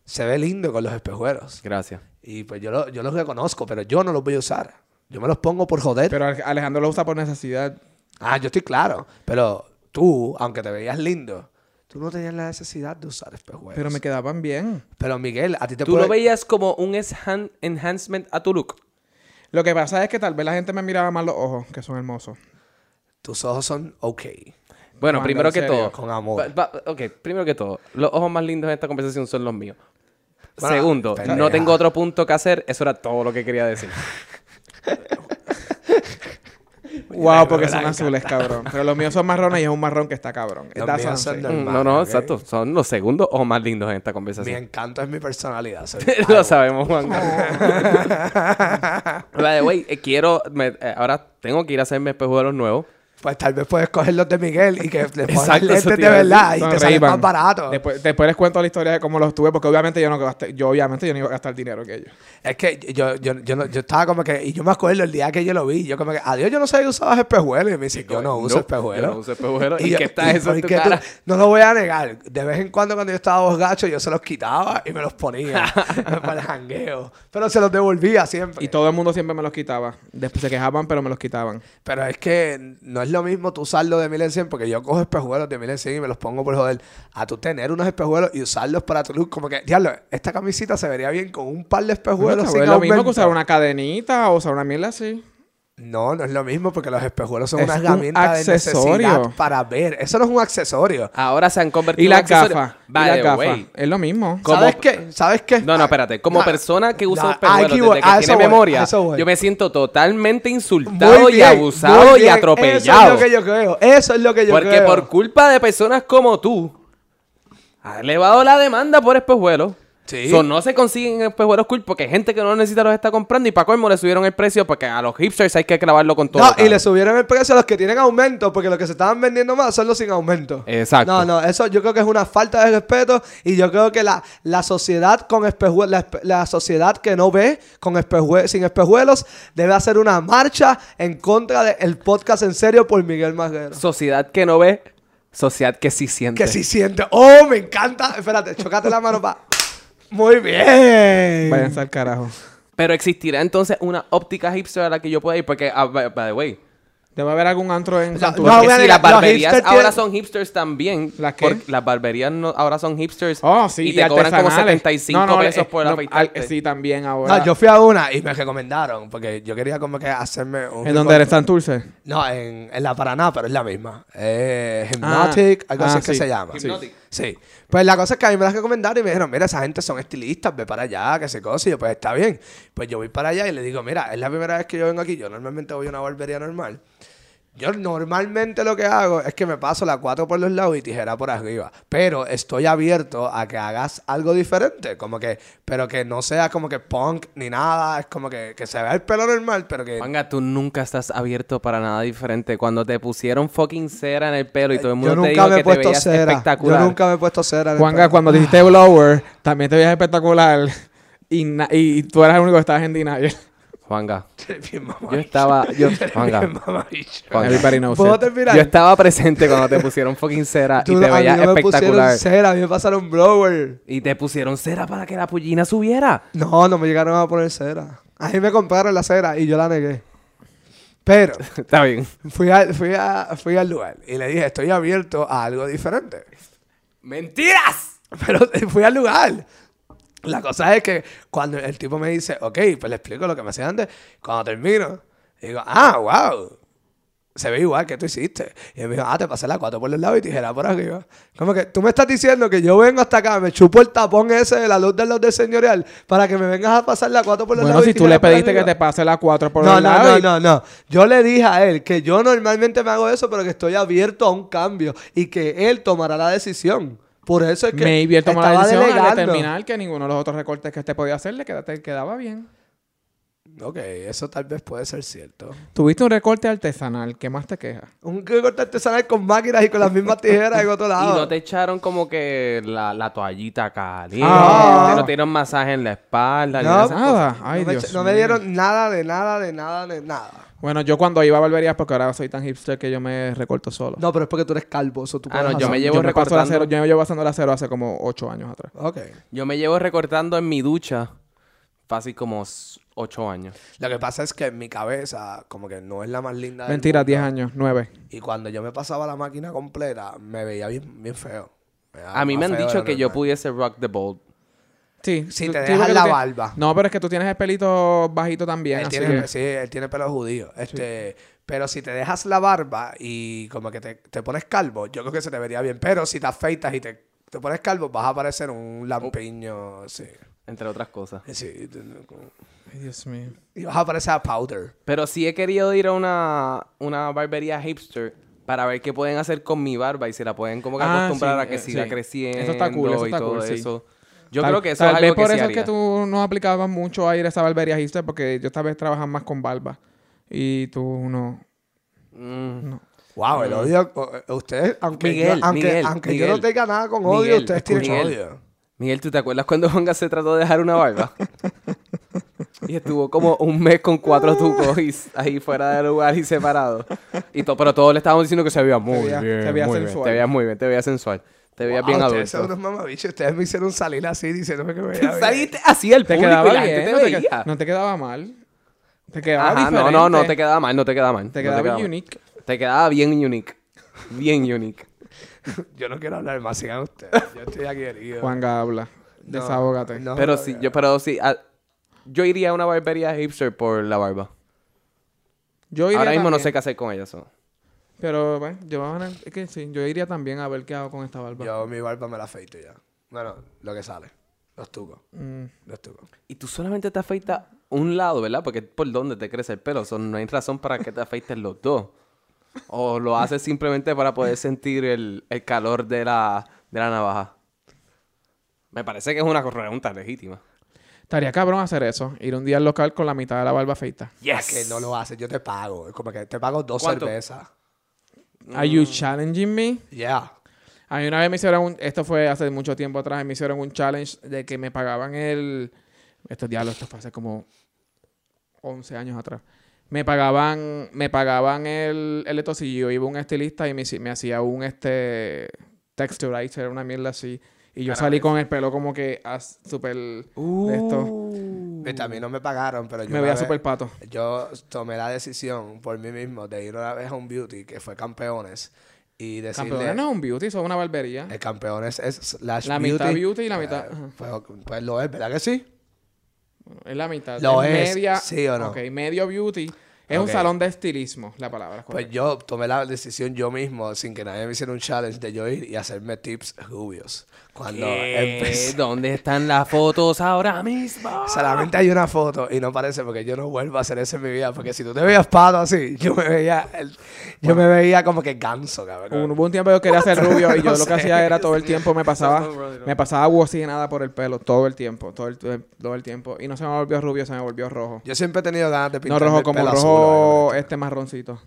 [SPEAKER 2] se ve lindo con los espejuelos.
[SPEAKER 1] Gracias.
[SPEAKER 2] Y pues yo, lo- yo los reconozco, pero yo no los voy a usar. Yo me los pongo por joder.
[SPEAKER 3] Pero Ale- Alejandro lo usa por necesidad.
[SPEAKER 2] Ah, yo estoy claro. Pero tú, aunque te veías lindo, tú no tenías la necesidad de usar espejuelos.
[SPEAKER 3] Pero me quedaban bien.
[SPEAKER 2] Pero, Miguel, a ti te
[SPEAKER 1] ¿Tú
[SPEAKER 2] puede-
[SPEAKER 1] lo veías como un enhan- enhancement a tu look?
[SPEAKER 3] Lo que pasa es que tal vez la gente me miraba más los ojos, que son hermosos.
[SPEAKER 2] Tus ojos son ok.
[SPEAKER 1] Bueno,
[SPEAKER 3] Cuando,
[SPEAKER 1] primero
[SPEAKER 3] en
[SPEAKER 1] que
[SPEAKER 3] serio,
[SPEAKER 1] todo.
[SPEAKER 2] con amor.
[SPEAKER 1] Pa- pa- ok, primero que todo. Los ojos más lindos de esta conversación son los míos.
[SPEAKER 2] Bueno,
[SPEAKER 1] Segundo,
[SPEAKER 2] pendeja.
[SPEAKER 1] no tengo otro punto que hacer. Eso era todo lo que quería decir.
[SPEAKER 3] Wow, porque son azules, cabrón. Pero los míos son marrones y es un marrón que está cabrón.
[SPEAKER 2] Los
[SPEAKER 3] That's
[SPEAKER 2] míos son de-
[SPEAKER 3] unsafe.
[SPEAKER 1] Mm, no, no,
[SPEAKER 2] ok.
[SPEAKER 1] exacto. Son los segundos ojos más lindos en esta
[SPEAKER 2] Mi
[SPEAKER 1] conversación.
[SPEAKER 2] encanto es mi personalidad. soy
[SPEAKER 1] lo
[SPEAKER 2] algo.
[SPEAKER 1] sabemos, Juan. By the way, eh, quiero. me- eh, ahora tengo que ir a hacerme espejuelos nuevos.
[SPEAKER 2] Pues tal vez puedes coger los de Miguel y que le pongas
[SPEAKER 1] Exacto,
[SPEAKER 2] lentes
[SPEAKER 1] eso
[SPEAKER 2] de
[SPEAKER 1] te iba a decir.
[SPEAKER 2] verdad y
[SPEAKER 3] Son
[SPEAKER 2] te salen
[SPEAKER 3] Ray-Ban.
[SPEAKER 2] más barato.
[SPEAKER 3] Después, después les cuento la historia de cómo los tuve, porque obviamente yo no gasté, yo obviamente yo no iba a gastar dinero que ellos.
[SPEAKER 2] Es que yo, yo, yo, no- yo estaba como que... Y yo me acuerdo el día que yo lo vi. Yo como que... Adiós, yo no sabía que usabas espejuelos. Y me dice, yo no uso espejuelos.
[SPEAKER 1] Yo no uso espejuelos. ¿Y,
[SPEAKER 2] yo-
[SPEAKER 1] qué está
[SPEAKER 2] y
[SPEAKER 1] eso en tu
[SPEAKER 2] porque tú-
[SPEAKER 1] cara?
[SPEAKER 2] no lo voy a negar. De vez en cuando, cuando yo estaba borracho, yo se los quitaba y me los ponía para el jangueo. Pero se los devolvía siempre.
[SPEAKER 3] Y todo el mundo siempre me los quitaba. Después se quejaban, pero me los quitaban.
[SPEAKER 2] Pero es que no es lo mismo tú usarlo de mil en cien, porque yo cojo espejuelos de mil en cien y me los pongo por joder. A tú tener unos espejuelos y usarlos para tu look, como que, diablo, esta camisita se vería bien con un par de
[SPEAKER 3] Bueno,
[SPEAKER 2] espejuelos. sin
[SPEAKER 3] es lo mismo que
[SPEAKER 2] aumento".
[SPEAKER 3] usar una cadenita o usar una mierda así.
[SPEAKER 2] No, no es lo mismo, porque los espejuelos son
[SPEAKER 3] Es
[SPEAKER 2] una
[SPEAKER 3] un
[SPEAKER 2] herramienta de necesidad
[SPEAKER 3] accesorio.
[SPEAKER 2] para ver. Eso no es un accesorio.
[SPEAKER 1] Ahora se han convertido
[SPEAKER 3] Y las
[SPEAKER 1] accesorios.
[SPEAKER 3] gafas. Y
[SPEAKER 1] By
[SPEAKER 3] las
[SPEAKER 1] the
[SPEAKER 3] gafas.
[SPEAKER 1] way,
[SPEAKER 3] Es lo mismo.
[SPEAKER 1] Como-
[SPEAKER 2] ¿Sabes qué? ¿Sabes qué? Ah,
[SPEAKER 1] No, no, espérate. Como
[SPEAKER 2] La-
[SPEAKER 1] persona que usa
[SPEAKER 2] la-
[SPEAKER 1] espejuelos
[SPEAKER 2] aquí
[SPEAKER 1] desde
[SPEAKER 2] voy,
[SPEAKER 1] que
[SPEAKER 2] a eso
[SPEAKER 1] tiene
[SPEAKER 2] voy, a
[SPEAKER 1] memoria,
[SPEAKER 2] eso voy.
[SPEAKER 1] yo me siento totalmente insultado
[SPEAKER 2] Muy bien,
[SPEAKER 1] y abusado
[SPEAKER 2] muy
[SPEAKER 1] y
[SPEAKER 2] bien. Eso
[SPEAKER 1] atropellado.
[SPEAKER 2] es lo que yo creo. Eso es lo que yo
[SPEAKER 1] Porque
[SPEAKER 2] creo.
[SPEAKER 1] por culpa de personas como tú, ha elevado la demanda por espejuelos.
[SPEAKER 2] Sí.
[SPEAKER 1] So, no se consiguen espejuelos cool porque gente que no los necesita los está comprando y para colmo le subieron el precio porque a los hipsters hay que clavarlo con todo.
[SPEAKER 2] No, y
[SPEAKER 1] caro.
[SPEAKER 2] le subieron el precio a los que tienen aumento, porque los que se estaban vendiendo más son los sin aumento.
[SPEAKER 1] Exacto.
[SPEAKER 2] No, no, eso yo creo que es una falta de respeto y yo creo que la, la sociedad con espejue- la, espe- la sociedad que no ve con espejue- sin espejuelos debe hacer una marcha en contra del podcast en serio por Miguel Marguero.
[SPEAKER 1] Sociedad que no ve, sociedad que sí siente.
[SPEAKER 2] que sí siente. Oh, me encanta. Espérate, chocate la mano pa. Muy bien.
[SPEAKER 3] Váyanse al carajo.
[SPEAKER 1] Pero existirá entonces una óptica hipster a la que yo pueda ir porque, ah, by by the way,
[SPEAKER 3] Debe haber algún antro en Santurce.
[SPEAKER 2] No,
[SPEAKER 1] Porque
[SPEAKER 2] vean,
[SPEAKER 1] si
[SPEAKER 2] la-
[SPEAKER 1] las
[SPEAKER 2] los
[SPEAKER 1] barberías
[SPEAKER 2] hipsters
[SPEAKER 1] ahora
[SPEAKER 2] tienen-
[SPEAKER 1] son hipsters también.
[SPEAKER 3] ¿Las qué?
[SPEAKER 1] porque las barberías no- ahora son hipsters.
[SPEAKER 3] Oh, sí,
[SPEAKER 1] y te cobran como
[SPEAKER 3] artesanales.
[SPEAKER 1] 75
[SPEAKER 3] No, no,
[SPEAKER 1] pesos
[SPEAKER 3] eh,
[SPEAKER 1] por
[SPEAKER 3] no,
[SPEAKER 1] afeitarte.
[SPEAKER 3] al- Sí, también ahora.
[SPEAKER 2] No, yo fui a una y me recomendaron porque yo quería como que hacerme un
[SPEAKER 3] ¿En dónde eres Santurce?
[SPEAKER 2] No, en, en la Paraná, pero es la misma. Eh, Hypnotic,
[SPEAKER 3] Ah,
[SPEAKER 2] algo así
[SPEAKER 3] ah,
[SPEAKER 2] es que
[SPEAKER 3] sí.
[SPEAKER 2] se llama.
[SPEAKER 1] Hypnotic.
[SPEAKER 2] Sí. Pues la cosa es que a mí me las recomendaron y me dijeron, mira, esa gente son estilistas, ve para allá, que se cosa. Y yo, pues está bien. Pues yo voy para allá y le digo, mira, es la primera vez que yo vengo aquí. Yo normalmente voy a una barbería normal. Yo normalmente lo que hago es que me paso la 4 por los lados y tijera por arriba. Pero estoy abierto a que hagas algo diferente. Como que, pero que no sea como que punk ni nada. Es como que, que se vea el pelo normal, pero que
[SPEAKER 1] Manga, tú nunca estás abierto para nada diferente. Cuando te pusieron fucking cera en el pelo y todo el mundo
[SPEAKER 2] yo
[SPEAKER 1] te
[SPEAKER 2] nunca
[SPEAKER 1] dijo
[SPEAKER 2] me he
[SPEAKER 1] que te
[SPEAKER 2] puesto
[SPEAKER 1] veías
[SPEAKER 2] cera. Yo
[SPEAKER 1] espectacular.
[SPEAKER 2] nunca me he puesto cera. en el
[SPEAKER 3] Juanga,
[SPEAKER 2] pelo.
[SPEAKER 3] cuando te hiciste blower, también te veías espectacular. Y, na- y tú eras el único que estabas en denial.
[SPEAKER 1] Juanga,
[SPEAKER 2] Eres bien mamá.
[SPEAKER 1] yo estaba... Yo,
[SPEAKER 2] Bien
[SPEAKER 1] Juanga,
[SPEAKER 2] mamabicho.
[SPEAKER 1] Juanga,
[SPEAKER 3] Everybody knows
[SPEAKER 2] ¿Puedo
[SPEAKER 3] it.
[SPEAKER 2] terminar?
[SPEAKER 1] yo estaba presente cuando te pusieron fucking cera y
[SPEAKER 2] Tú-
[SPEAKER 1] te
[SPEAKER 2] a mí
[SPEAKER 1] veías
[SPEAKER 2] no me pusieron
[SPEAKER 1] espectacular.
[SPEAKER 2] cera, a mí me pasaron blower.
[SPEAKER 1] Y te pusieron cera para que la pollina subiera.
[SPEAKER 2] No, no me llegaron a poner cera. A mí me compraron la cera y yo la negué. Pero
[SPEAKER 1] Está bien.
[SPEAKER 2] fui, al- fui, a- fui al lugar y le dije, estoy abierto a algo diferente.
[SPEAKER 1] ¡Mentiras!
[SPEAKER 2] Pero fui al lugar. La cosa es que cuando el tipo me dice, ok, pues le explico lo que me hacía antes, cuando termino, digo, ah, wow, se ve igual que tú hiciste. Y él me dijo, ah, te pasé la cuatro por los lados y tijera por arriba. Como que tú me estás diciendo que yo vengo hasta acá, me chupo el tapón ese de la luz de los de señorial para que me vengas a pasar la cuatro por los
[SPEAKER 3] Bueno,
[SPEAKER 2] lados. y
[SPEAKER 3] si tú
[SPEAKER 2] tijera
[SPEAKER 3] le
[SPEAKER 2] por
[SPEAKER 3] pediste que
[SPEAKER 2] arriba".
[SPEAKER 3] te pase la 4 por
[SPEAKER 2] No,
[SPEAKER 3] el
[SPEAKER 2] no,
[SPEAKER 3] lado
[SPEAKER 2] no,
[SPEAKER 3] y-
[SPEAKER 2] no, no. Yo le dije a él que yo normalmente me hago eso, pero que estoy abierto a un cambio y que él tomará la decisión. Por eso es que
[SPEAKER 3] Maybe él tomó la
[SPEAKER 2] estaba
[SPEAKER 3] decisión al
[SPEAKER 2] delegando.
[SPEAKER 3] determinar que ninguno de los otros recortes que este podía hacer le queda- te quedaba bien.
[SPEAKER 2] Ok, eso tal vez puede ser cierto.
[SPEAKER 3] Tuviste un recorte artesanal, ¿qué más te quejas?
[SPEAKER 2] Un corte artesanal con máquinas y con las mismas tijeras en otro
[SPEAKER 1] Y
[SPEAKER 2] lado.
[SPEAKER 1] no te echaron como que la, la toallita caliente,
[SPEAKER 2] Ah.
[SPEAKER 1] no te dieron masaje en la espalda, ni
[SPEAKER 2] No, pues,
[SPEAKER 1] nada de esas cosas.
[SPEAKER 3] Nada, ay
[SPEAKER 2] no, me,
[SPEAKER 3] Dios.
[SPEAKER 2] no me
[SPEAKER 3] mío.
[SPEAKER 2] dieron nada de nada, de nada, de nada.
[SPEAKER 3] Bueno, yo cuando iba a barberías, porque ahora soy tan hipster que yo me recorto solo.
[SPEAKER 2] No, pero es porque tú eres calvo, eso tú
[SPEAKER 1] Ah, no,
[SPEAKER 2] puedes
[SPEAKER 1] yo me
[SPEAKER 2] hacer.
[SPEAKER 1] llevo
[SPEAKER 3] yo me paso la
[SPEAKER 1] recortando.
[SPEAKER 3] cero, yo me llevo pasando la cero hace como ocho años atrás.
[SPEAKER 2] Ok.
[SPEAKER 1] Yo me llevo recortando en mi ducha fácil como s- ocho años.
[SPEAKER 2] Lo que pasa es que en mi cabeza, como que no es la más linda. del
[SPEAKER 3] Mentira,
[SPEAKER 2] mundo.
[SPEAKER 3] 10 años, 9.
[SPEAKER 2] Y cuando yo me pasaba la máquina completa, me veía bien, bien feo.
[SPEAKER 3] Ah,
[SPEAKER 2] veía
[SPEAKER 1] A mí me
[SPEAKER 2] más
[SPEAKER 1] han
[SPEAKER 2] feo de
[SPEAKER 1] dicho
[SPEAKER 2] lo
[SPEAKER 1] que yo
[SPEAKER 2] normal.
[SPEAKER 1] pudiese rock the boat.
[SPEAKER 3] Sí.
[SPEAKER 2] Si
[SPEAKER 3] tú-
[SPEAKER 2] te
[SPEAKER 3] tú
[SPEAKER 2] dejas
[SPEAKER 3] porque
[SPEAKER 2] la
[SPEAKER 3] tú tienes-
[SPEAKER 2] barba.
[SPEAKER 3] No, pero es que tú tienes el pelito bajito también.
[SPEAKER 2] Él
[SPEAKER 3] así
[SPEAKER 2] tiene,
[SPEAKER 3] que-
[SPEAKER 2] sí, él tiene pelo judío. Este, Pero si te dejas la barba y como que te, te pones calvo, yo creo que se te vería bien. Pero si te afeitas y te, te pones calvo, vas a parecer un lampiño. Sí.
[SPEAKER 1] Entre otras cosas.
[SPEAKER 2] Sí.
[SPEAKER 3] Ay, Dios mío.
[SPEAKER 2] Y vas a parecer a powder.
[SPEAKER 1] Pero sí he querido ir a una, una barbería hipster para ver qué pueden hacer con mi barba y se la pueden como que
[SPEAKER 3] Ah,
[SPEAKER 1] acostumbrar
[SPEAKER 3] sí,
[SPEAKER 1] a que
[SPEAKER 3] eh,
[SPEAKER 1] siga
[SPEAKER 3] sí.
[SPEAKER 1] creciendo
[SPEAKER 3] Eso está cool, eso
[SPEAKER 1] y
[SPEAKER 3] está
[SPEAKER 1] todo
[SPEAKER 3] cool, sí.
[SPEAKER 1] eso. Yo
[SPEAKER 3] Tal-
[SPEAKER 1] creo que eso
[SPEAKER 3] tal
[SPEAKER 1] es
[SPEAKER 3] vez
[SPEAKER 1] algo
[SPEAKER 3] por
[SPEAKER 1] que sí
[SPEAKER 3] eso
[SPEAKER 1] haría.
[SPEAKER 3] es que tú no aplicabas mucho a ir a esa barbería hipster, porque yo tal vez trabajaba más con barba. Y tú no.
[SPEAKER 1] Mm.
[SPEAKER 2] Wow, el odio. o- eh, Ustedes, aunque,
[SPEAKER 1] Miguel,
[SPEAKER 2] yo, aunque,
[SPEAKER 1] Miguel,
[SPEAKER 2] aunque yo
[SPEAKER 1] Miguel.
[SPEAKER 2] no tenga nada con odio,
[SPEAKER 1] Miguel,
[SPEAKER 2] ustedes tienen
[SPEAKER 1] escucha.
[SPEAKER 2] odio.
[SPEAKER 1] Miguel, ¿tú te acuerdas cuando Juanga se trató de dejar una barba? y estuvo como un mes con cuatro tucos y s- ahí fuera de lugar y separado. Y to- pero todos le estábamos diciendo que se veía muy
[SPEAKER 3] veía-
[SPEAKER 1] bien.
[SPEAKER 3] te veía
[SPEAKER 1] muy
[SPEAKER 3] sensual.
[SPEAKER 1] Bien, te veía muy bien, te veía sensual. Te veía
[SPEAKER 2] Wow,
[SPEAKER 1] bien
[SPEAKER 2] ustedes son
[SPEAKER 1] adulto.
[SPEAKER 2] unos mamabichos. Ustedes me hicieron salir así diciéndome que me veía bien.
[SPEAKER 1] Saliste así al
[SPEAKER 3] Te
[SPEAKER 1] público
[SPEAKER 3] quedaba
[SPEAKER 1] y la
[SPEAKER 3] bien,
[SPEAKER 1] gente te
[SPEAKER 3] no, te
[SPEAKER 1] veía.
[SPEAKER 3] que- no te quedaba mal. Te quedaba
[SPEAKER 1] Ajá, no,
[SPEAKER 3] diferente.
[SPEAKER 1] no, no te quedaba mal, no te quedaba mal.
[SPEAKER 3] Te
[SPEAKER 1] no
[SPEAKER 3] quedaba
[SPEAKER 1] mal.
[SPEAKER 3] unique.
[SPEAKER 1] Te quedaba bien unique. Bien unique.
[SPEAKER 2] Yo no quiero hablar más, sigan ustedes. Yo estoy aquí herido.
[SPEAKER 3] Juanga habla.
[SPEAKER 2] No,
[SPEAKER 3] Desahógate.
[SPEAKER 2] no,
[SPEAKER 1] pero
[SPEAKER 2] no,
[SPEAKER 1] sí,
[SPEAKER 2] no.
[SPEAKER 1] yo, pero sí, a- yo iría a una barbería hipster por la barba.
[SPEAKER 3] Yo iría
[SPEAKER 1] Ahora mismo no
[SPEAKER 3] también,
[SPEAKER 1] sé qué hacer con ella. so.
[SPEAKER 3] Pero bueno, yo, bueno, es que sí, yo iría también a ver qué hago con esta barba.
[SPEAKER 2] Yo mi barba me la afeito ya. Bueno, lo que sale. Los tucos.
[SPEAKER 3] Mm.
[SPEAKER 2] Los tucos.
[SPEAKER 1] Y tú solamente te afeitas un lado, ¿verdad? Porque es por donde te crece el pelo. so, no hay razón para que te afeites los dos. O lo haces simplemente para poder sentir el, el calor de la, de la navaja. Me parece que es una pregunta legítima.
[SPEAKER 3] Estaría cabrón hacer eso. Ir un día al local con la mitad de la barba feita.
[SPEAKER 1] Yes.
[SPEAKER 2] Que no lo haces, yo te pago. Es como que te pago dos
[SPEAKER 1] ¿Cuánto?
[SPEAKER 2] cervezas.
[SPEAKER 3] Are
[SPEAKER 2] Mm.
[SPEAKER 3] you challenging me?
[SPEAKER 2] Yeah.
[SPEAKER 3] A mí una vez me hicieron un... Esto fue hace mucho tiempo atrás. Me hicieron un challenge de que me pagaban el... Estos diablos, esto fue hace como 11 años atrás. Me pagaban... Me pagaban el... El esto, si yo iba a un estilista y me, hici- me hacía un este... Texturizer, una mierda así. Y yo salí con el pelo como que ah, as- súper...
[SPEAKER 1] Uh.
[SPEAKER 3] de esto.
[SPEAKER 2] Viste, a mí no me pagaron, pero yo.
[SPEAKER 3] Uh. Me
[SPEAKER 2] una
[SPEAKER 3] veía
[SPEAKER 2] vez-
[SPEAKER 3] súper pato.
[SPEAKER 2] Yo tomé la decisión por mí mismo de ir una vez a un beauty que fue campeones y decirle.
[SPEAKER 3] Campeones no es un beauty, son una barbería.
[SPEAKER 2] El campeones es slash
[SPEAKER 3] La
[SPEAKER 2] beauty.
[SPEAKER 3] mitad beauty y la mitad-
[SPEAKER 2] Pues-
[SPEAKER 3] ajá.
[SPEAKER 2] Pues, pues lo es, ¿verdad que sí?
[SPEAKER 3] Es la mitad.
[SPEAKER 2] Lo es,
[SPEAKER 3] Media,
[SPEAKER 2] ¿sí o no?
[SPEAKER 3] Ok, medio beauty. Es un
[SPEAKER 2] Ok.
[SPEAKER 3] salón de estilismo, la palabra. es
[SPEAKER 2] Pues
[SPEAKER 3] correcta.
[SPEAKER 2] yo tomé la decisión yo mismo, sin que nadie me hiciera un challenge, de yo ir y hacerme tips rubios. Cuando empecé.
[SPEAKER 1] Eh, ¿Dónde están las fotos ahora mismo?
[SPEAKER 2] Solamente hay una foto y no parece porque yo no vuelvo a hacer eso en mi vida. Porque si tú te veías pato así, yo me veía, el- yo me veía como que ganso, cabrón.
[SPEAKER 3] Hubo un tiempo yo quería ser rubio
[SPEAKER 2] Pues,
[SPEAKER 3] y yo
[SPEAKER 2] No
[SPEAKER 3] lo que
[SPEAKER 2] sé.
[SPEAKER 3] hacía era todo el tiempo me pasaba
[SPEAKER 1] no, brother, no.
[SPEAKER 3] me pasaba bocinada por el pelo todo el tiempo, todo el, eh, todo el tiempo y no se me volvió rubio, se me volvió rojo.
[SPEAKER 2] Yo siempre he tenido ganas de
[SPEAKER 3] No
[SPEAKER 2] pintar.
[SPEAKER 3] rojo como rojo este marroncito.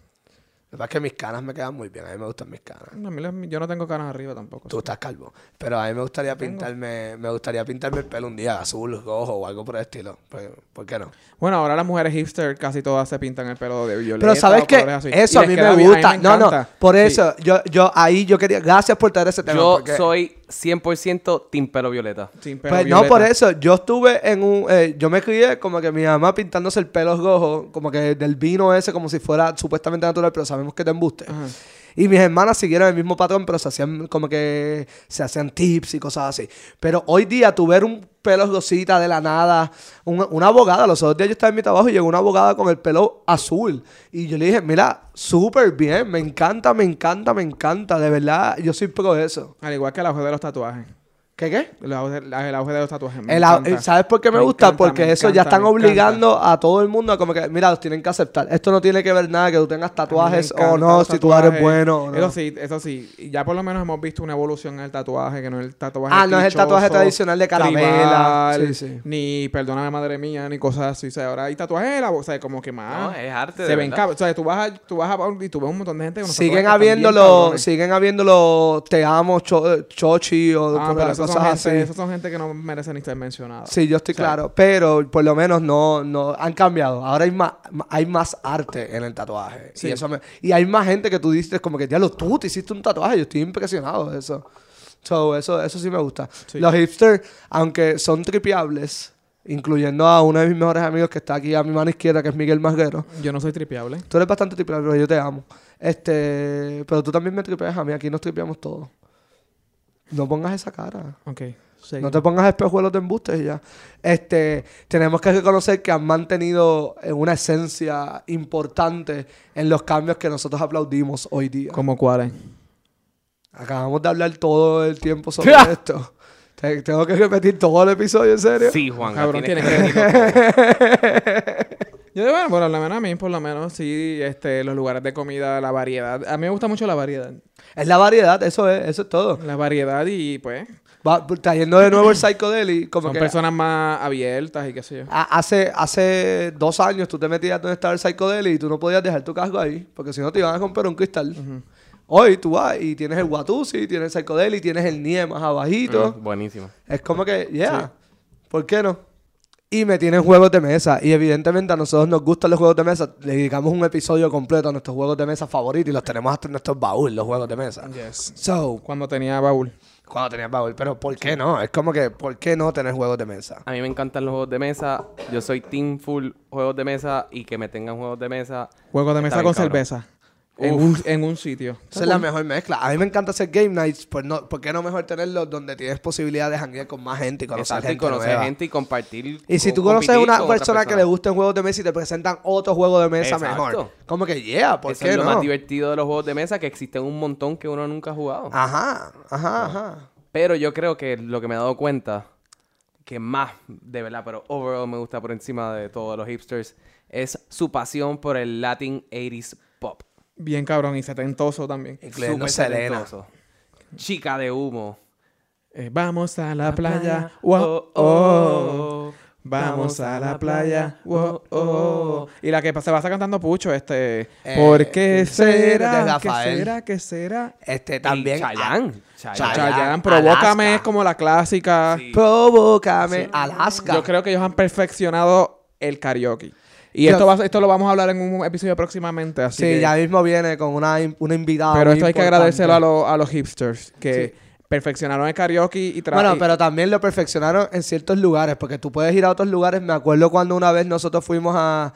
[SPEAKER 2] Lo que pasa es que mis canas me quedan muy bien. A mí me gustan mis canas.
[SPEAKER 3] No, a mí las- yo no tengo canas arriba tampoco.
[SPEAKER 2] Tú estás calvo. Pero a mí me gustaría pintarme, me gustaría pintarme el pelo un día azul, rojo o algo por el estilo. ¿Por, por qué no?
[SPEAKER 3] Bueno, ahora las mujeres hipster casi todas se pintan el pelo de violeta.
[SPEAKER 2] Pero sabes
[SPEAKER 3] o
[SPEAKER 2] que
[SPEAKER 3] colores así.
[SPEAKER 2] eso
[SPEAKER 3] Y
[SPEAKER 2] a
[SPEAKER 3] les
[SPEAKER 2] mí
[SPEAKER 3] queda
[SPEAKER 2] me
[SPEAKER 3] bien, a mí
[SPEAKER 2] gusta. no, no.
[SPEAKER 3] encanta.
[SPEAKER 2] Por
[SPEAKER 3] Sí.
[SPEAKER 2] eso, yo, yo ahí yo quería. Gracias por traer ese tema.
[SPEAKER 1] Yo
[SPEAKER 2] porque-
[SPEAKER 1] soy 100% team pelo violeta.
[SPEAKER 3] Sin pelo
[SPEAKER 2] Pues no,
[SPEAKER 3] violeta.
[SPEAKER 2] por eso, yo estuve en un, eh, yo me crié como que mi mamá pintándose el pelo rojo, como que del vino ese, como si fuera supuestamente natural, pero sabemos que te embuste.
[SPEAKER 3] Ajá.
[SPEAKER 2] Y mis hermanas siguieron el mismo patrón, pero se hacían como que se hacían tips y cosas así. Pero hoy día tú ver un pelo rosita de la nada, un- una abogada, los otros días yo estaba en mi trabajo y llegó una abogada con el pelo azul. Y yo le dije, mira, súper bien, me encanta, me encanta, me encanta, de verdad, yo soy pro eso.
[SPEAKER 3] Al igual que la hoja de los tatuajes.
[SPEAKER 2] ¿Qué qué?
[SPEAKER 3] El auge, el auge de los tatuajes. me
[SPEAKER 2] El au-
[SPEAKER 3] encanta.
[SPEAKER 2] ¿Sabes por qué me,
[SPEAKER 3] Me
[SPEAKER 2] gusta?
[SPEAKER 3] encanta,
[SPEAKER 2] Porque
[SPEAKER 3] me
[SPEAKER 2] eso ya
[SPEAKER 3] encanta,
[SPEAKER 2] están
[SPEAKER 3] me
[SPEAKER 2] obligando a todo el mundo a como que, mira, los tienen que aceptar. Esto no tiene que ver nada que tú tengas tatuajes
[SPEAKER 3] A mí me
[SPEAKER 2] o
[SPEAKER 3] encantan
[SPEAKER 2] no,
[SPEAKER 3] los
[SPEAKER 2] si tú eres
[SPEAKER 3] tatuajes.
[SPEAKER 2] bueno o no.
[SPEAKER 3] Eso sí, eso sí. Y Ya por lo menos hemos visto una evolución en el tatuaje, que no es el tatuaje.
[SPEAKER 2] ah, no es el tatuaje
[SPEAKER 3] clichoso,
[SPEAKER 2] tradicional de caramela. Sí,
[SPEAKER 3] tribal,
[SPEAKER 2] sí.
[SPEAKER 3] Ni perdóname, madre mía, ni cosas así. O sea, ahora hay tatuajes en la bo- O sea, como que más.
[SPEAKER 1] No, es arte.
[SPEAKER 3] se
[SPEAKER 1] de
[SPEAKER 3] ven
[SPEAKER 1] verdad.
[SPEAKER 3] cab- O sea, tú vas, a, tú vas a, y tú ves un montón de gente con los
[SPEAKER 2] Siguen
[SPEAKER 3] tatuajes que están
[SPEAKER 2] habiendo
[SPEAKER 3] bien
[SPEAKER 2] los,
[SPEAKER 3] cabrones.
[SPEAKER 2] siguen habiendo los te amo, cho- eh, chochi o
[SPEAKER 3] Ah,
[SPEAKER 2] cosas-
[SPEAKER 3] pero esos son,
[SPEAKER 2] cosas
[SPEAKER 3] gente,
[SPEAKER 2] así.
[SPEAKER 3] esos son gente que no merece ni ser mencionada.
[SPEAKER 2] Sí, yo estoy
[SPEAKER 3] sea,
[SPEAKER 2] claro, pero por lo menos no, no han cambiado. Ahora hay más, hay más arte en el tatuaje.
[SPEAKER 3] Sí.
[SPEAKER 2] Y, eso me- y hay más gente que tú dices como que, diablo, tú te hiciste un tatuaje. Yo estoy impresionado de eso. So, eso, eso sí me gusta.
[SPEAKER 3] Sí.
[SPEAKER 2] Los hipsters, aunque son tripeables, incluyendo a uno de mis mejores amigos que está aquí a mi mano izquierda, que es Miguel Masguero.
[SPEAKER 3] Yo no soy tripeable.
[SPEAKER 2] Tú eres bastante tripeable, pero yo te amo. Este, pero tú también me tripeas a mí. Aquí nos tripeamos todos. No pongas esa cara.
[SPEAKER 3] Ok.
[SPEAKER 2] No te pongas espejuelos de embustes y ya. Este, tenemos que reconocer que han mantenido eh, una esencia importante en los cambios que nosotros aplaudimos hoy día.
[SPEAKER 3] Como cuáles.
[SPEAKER 2] Acabamos de hablar todo el tiempo sobre esto. Te- tengo que repetir todo el episodio, en serio.
[SPEAKER 1] Sí, Juan.
[SPEAKER 3] Cabrón,
[SPEAKER 1] tienes que
[SPEAKER 3] tienes
[SPEAKER 1] decirlo todo.
[SPEAKER 3] Yo digo, bueno, por lo menos a mí, por lo menos, sí, este, los lugares de comida, la variedad. A mí me gusta mucho la variedad.
[SPEAKER 2] Es la variedad, eso es, eso es todo.
[SPEAKER 3] La variedad y pues
[SPEAKER 2] Va trayendo de nuevo el psychedelic, como
[SPEAKER 3] son
[SPEAKER 2] que
[SPEAKER 3] personas más abiertas y qué sé yo.
[SPEAKER 2] a- hace, hace dos años tú te metías donde estaba el psychedelic y tú no podías dejar tu casco ahí, porque si no te iban a comprar un cristal. Hoy tú vas y tienes el Watusi, tienes el psychedelic, tienes el Nie más abajito.
[SPEAKER 1] Mm, Buenísimo.
[SPEAKER 2] Es como que, yeah, ¿por qué no? Y me tienen juegos de mesa. Y evidentemente a nosotros nos gustan los juegos de mesa. Le dedicamos un episodio completo a nuestros juegos de mesa favoritos y los tenemos hasta en nuestros baúl, los juegos de mesa.
[SPEAKER 3] Yes.
[SPEAKER 2] So,
[SPEAKER 3] Cuando tenía baúl.
[SPEAKER 2] cuando tenías baúl, pero ¿por qué no? Es como que, ¿por qué no tener juegos de mesa?
[SPEAKER 1] A mí me encantan los juegos de mesa. Yo soy team full juegos de mesa y que me tengan juegos de mesa.
[SPEAKER 3] Juego de
[SPEAKER 1] Está
[SPEAKER 3] mesa
[SPEAKER 1] bien,
[SPEAKER 3] con
[SPEAKER 1] cabrón.
[SPEAKER 3] cerveza. En un, en un sitio.
[SPEAKER 2] Esa es la mejor mezcla. A mí me encanta hacer game nights, pues no, ¿por qué no mejor tenerlos donde tienes posibilidad de janguear con más gente y conocer
[SPEAKER 1] Exacto, y
[SPEAKER 2] gente
[SPEAKER 1] conocer
[SPEAKER 2] nueva?
[SPEAKER 1] gente y compartir.
[SPEAKER 2] Y si
[SPEAKER 1] con-
[SPEAKER 2] tú conoces a
[SPEAKER 1] competir
[SPEAKER 2] una
[SPEAKER 1] con
[SPEAKER 2] persona,
[SPEAKER 1] otra
[SPEAKER 2] que le gusta el juego de mesa y te presentan otro juego de mesa mejor,
[SPEAKER 1] Exacto.
[SPEAKER 2] como que, yeah, ¿por
[SPEAKER 1] Eso
[SPEAKER 2] qué
[SPEAKER 1] es lo
[SPEAKER 2] no?
[SPEAKER 1] más divertido de los juegos de mesa, que existen un montón que uno nunca ha jugado.
[SPEAKER 2] Ah. Ajá, ajá, ajá.
[SPEAKER 1] Pero yo creo que lo que me he dado cuenta, que más, de verdad, pero overall me gusta por encima de todos los hipsters, es su pasión por el Latin 80s pop.
[SPEAKER 3] Bien cabrón y setentoso también.
[SPEAKER 2] Incluyendo
[SPEAKER 1] Súper
[SPEAKER 2] Selena.
[SPEAKER 1] talentoso. Chica de humo.
[SPEAKER 3] Eh, vamos a la playa.
[SPEAKER 1] Wow,
[SPEAKER 3] Wow, oh. Vamos a la playa. Wow, oh. Y la que pa- se va cantando Pucho, este.
[SPEAKER 2] Eh,
[SPEAKER 3] ¿Por qué
[SPEAKER 2] de
[SPEAKER 3] será? ¿Qué
[SPEAKER 2] Rafael.
[SPEAKER 3] será? ¿Qué será?
[SPEAKER 2] Este
[SPEAKER 1] También. ah,
[SPEAKER 2] también.
[SPEAKER 1] Chayán. Chayán.
[SPEAKER 2] Chayanne,
[SPEAKER 3] Chayanne, provócame,
[SPEAKER 2] Alaska.
[SPEAKER 3] es como la clásica.
[SPEAKER 2] ah, Provócame, Alaska.
[SPEAKER 3] Yo creo que ellos han perfeccionado el karaoke. Y
[SPEAKER 2] Yo-
[SPEAKER 3] esto, va, a ser- esto lo vamos a hablar en un episodio próximamente. Así
[SPEAKER 2] sí,
[SPEAKER 3] que-
[SPEAKER 2] ya mismo viene con una, in- una invitada.
[SPEAKER 3] Pero
[SPEAKER 2] muy
[SPEAKER 3] esto hay que
[SPEAKER 2] importante.
[SPEAKER 3] agradecérselo a, los- a los hipsters que perfeccionaron el karaoke y tra-
[SPEAKER 2] Bueno,
[SPEAKER 3] y-
[SPEAKER 2] pero también lo perfeccionaron en ciertos lugares, porque tú puedes ir a otros lugares. Me acuerdo cuando una vez nosotros fuimos a,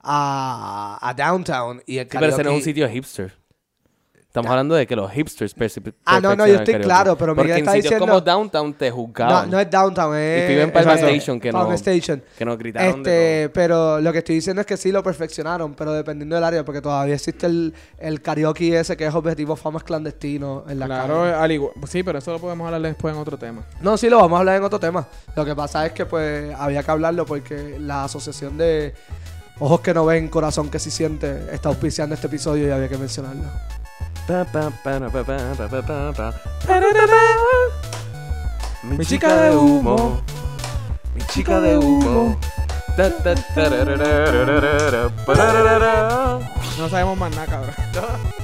[SPEAKER 2] a, a Downtown y el
[SPEAKER 1] Sí, pero ese no es un
[SPEAKER 2] karaoke-
[SPEAKER 1] sitio hipster. Estamos hablando de que los hipsters perci-
[SPEAKER 2] Ah, no, no,
[SPEAKER 1] perfeccionan
[SPEAKER 2] yo
[SPEAKER 1] el
[SPEAKER 2] estoy
[SPEAKER 1] karaoke.
[SPEAKER 2] claro, pero Miguel
[SPEAKER 1] Porque en
[SPEAKER 2] está
[SPEAKER 1] sitios
[SPEAKER 2] diciendo-
[SPEAKER 1] como Downtown te
[SPEAKER 2] No,
[SPEAKER 1] juzgaban.
[SPEAKER 2] no es Downtown, es.
[SPEAKER 1] Y viven para
[SPEAKER 2] es-
[SPEAKER 1] Station, que no-
[SPEAKER 2] Palm Station.
[SPEAKER 1] Que nos gritaron de
[SPEAKER 2] Este, pero lo que estoy diciendo es que sí lo perfeccionaron, pero dependiendo del área, porque todavía existe el, el karaoke ese que es objetivo famas clandestino en la
[SPEAKER 3] claro, al igual- sí, pero eso lo podemos hablar después en otro tema.
[SPEAKER 2] No, sí, lo vamos a hablar en otro tema. Lo que pasa es que pues había que hablarlo porque la asociación de Ojos que no ven, corazón que sí siente, está auspiciando este episodio y había que mencionarlo.
[SPEAKER 1] Pa, pa, pa, ra, pa, pa, ra, pa, pa, pa. Mi
[SPEAKER 3] chica de humo.
[SPEAKER 1] Mi chica de humo. Ta, ta, tarararara, parararara.
[SPEAKER 3] No sabemos más nada, cabrón.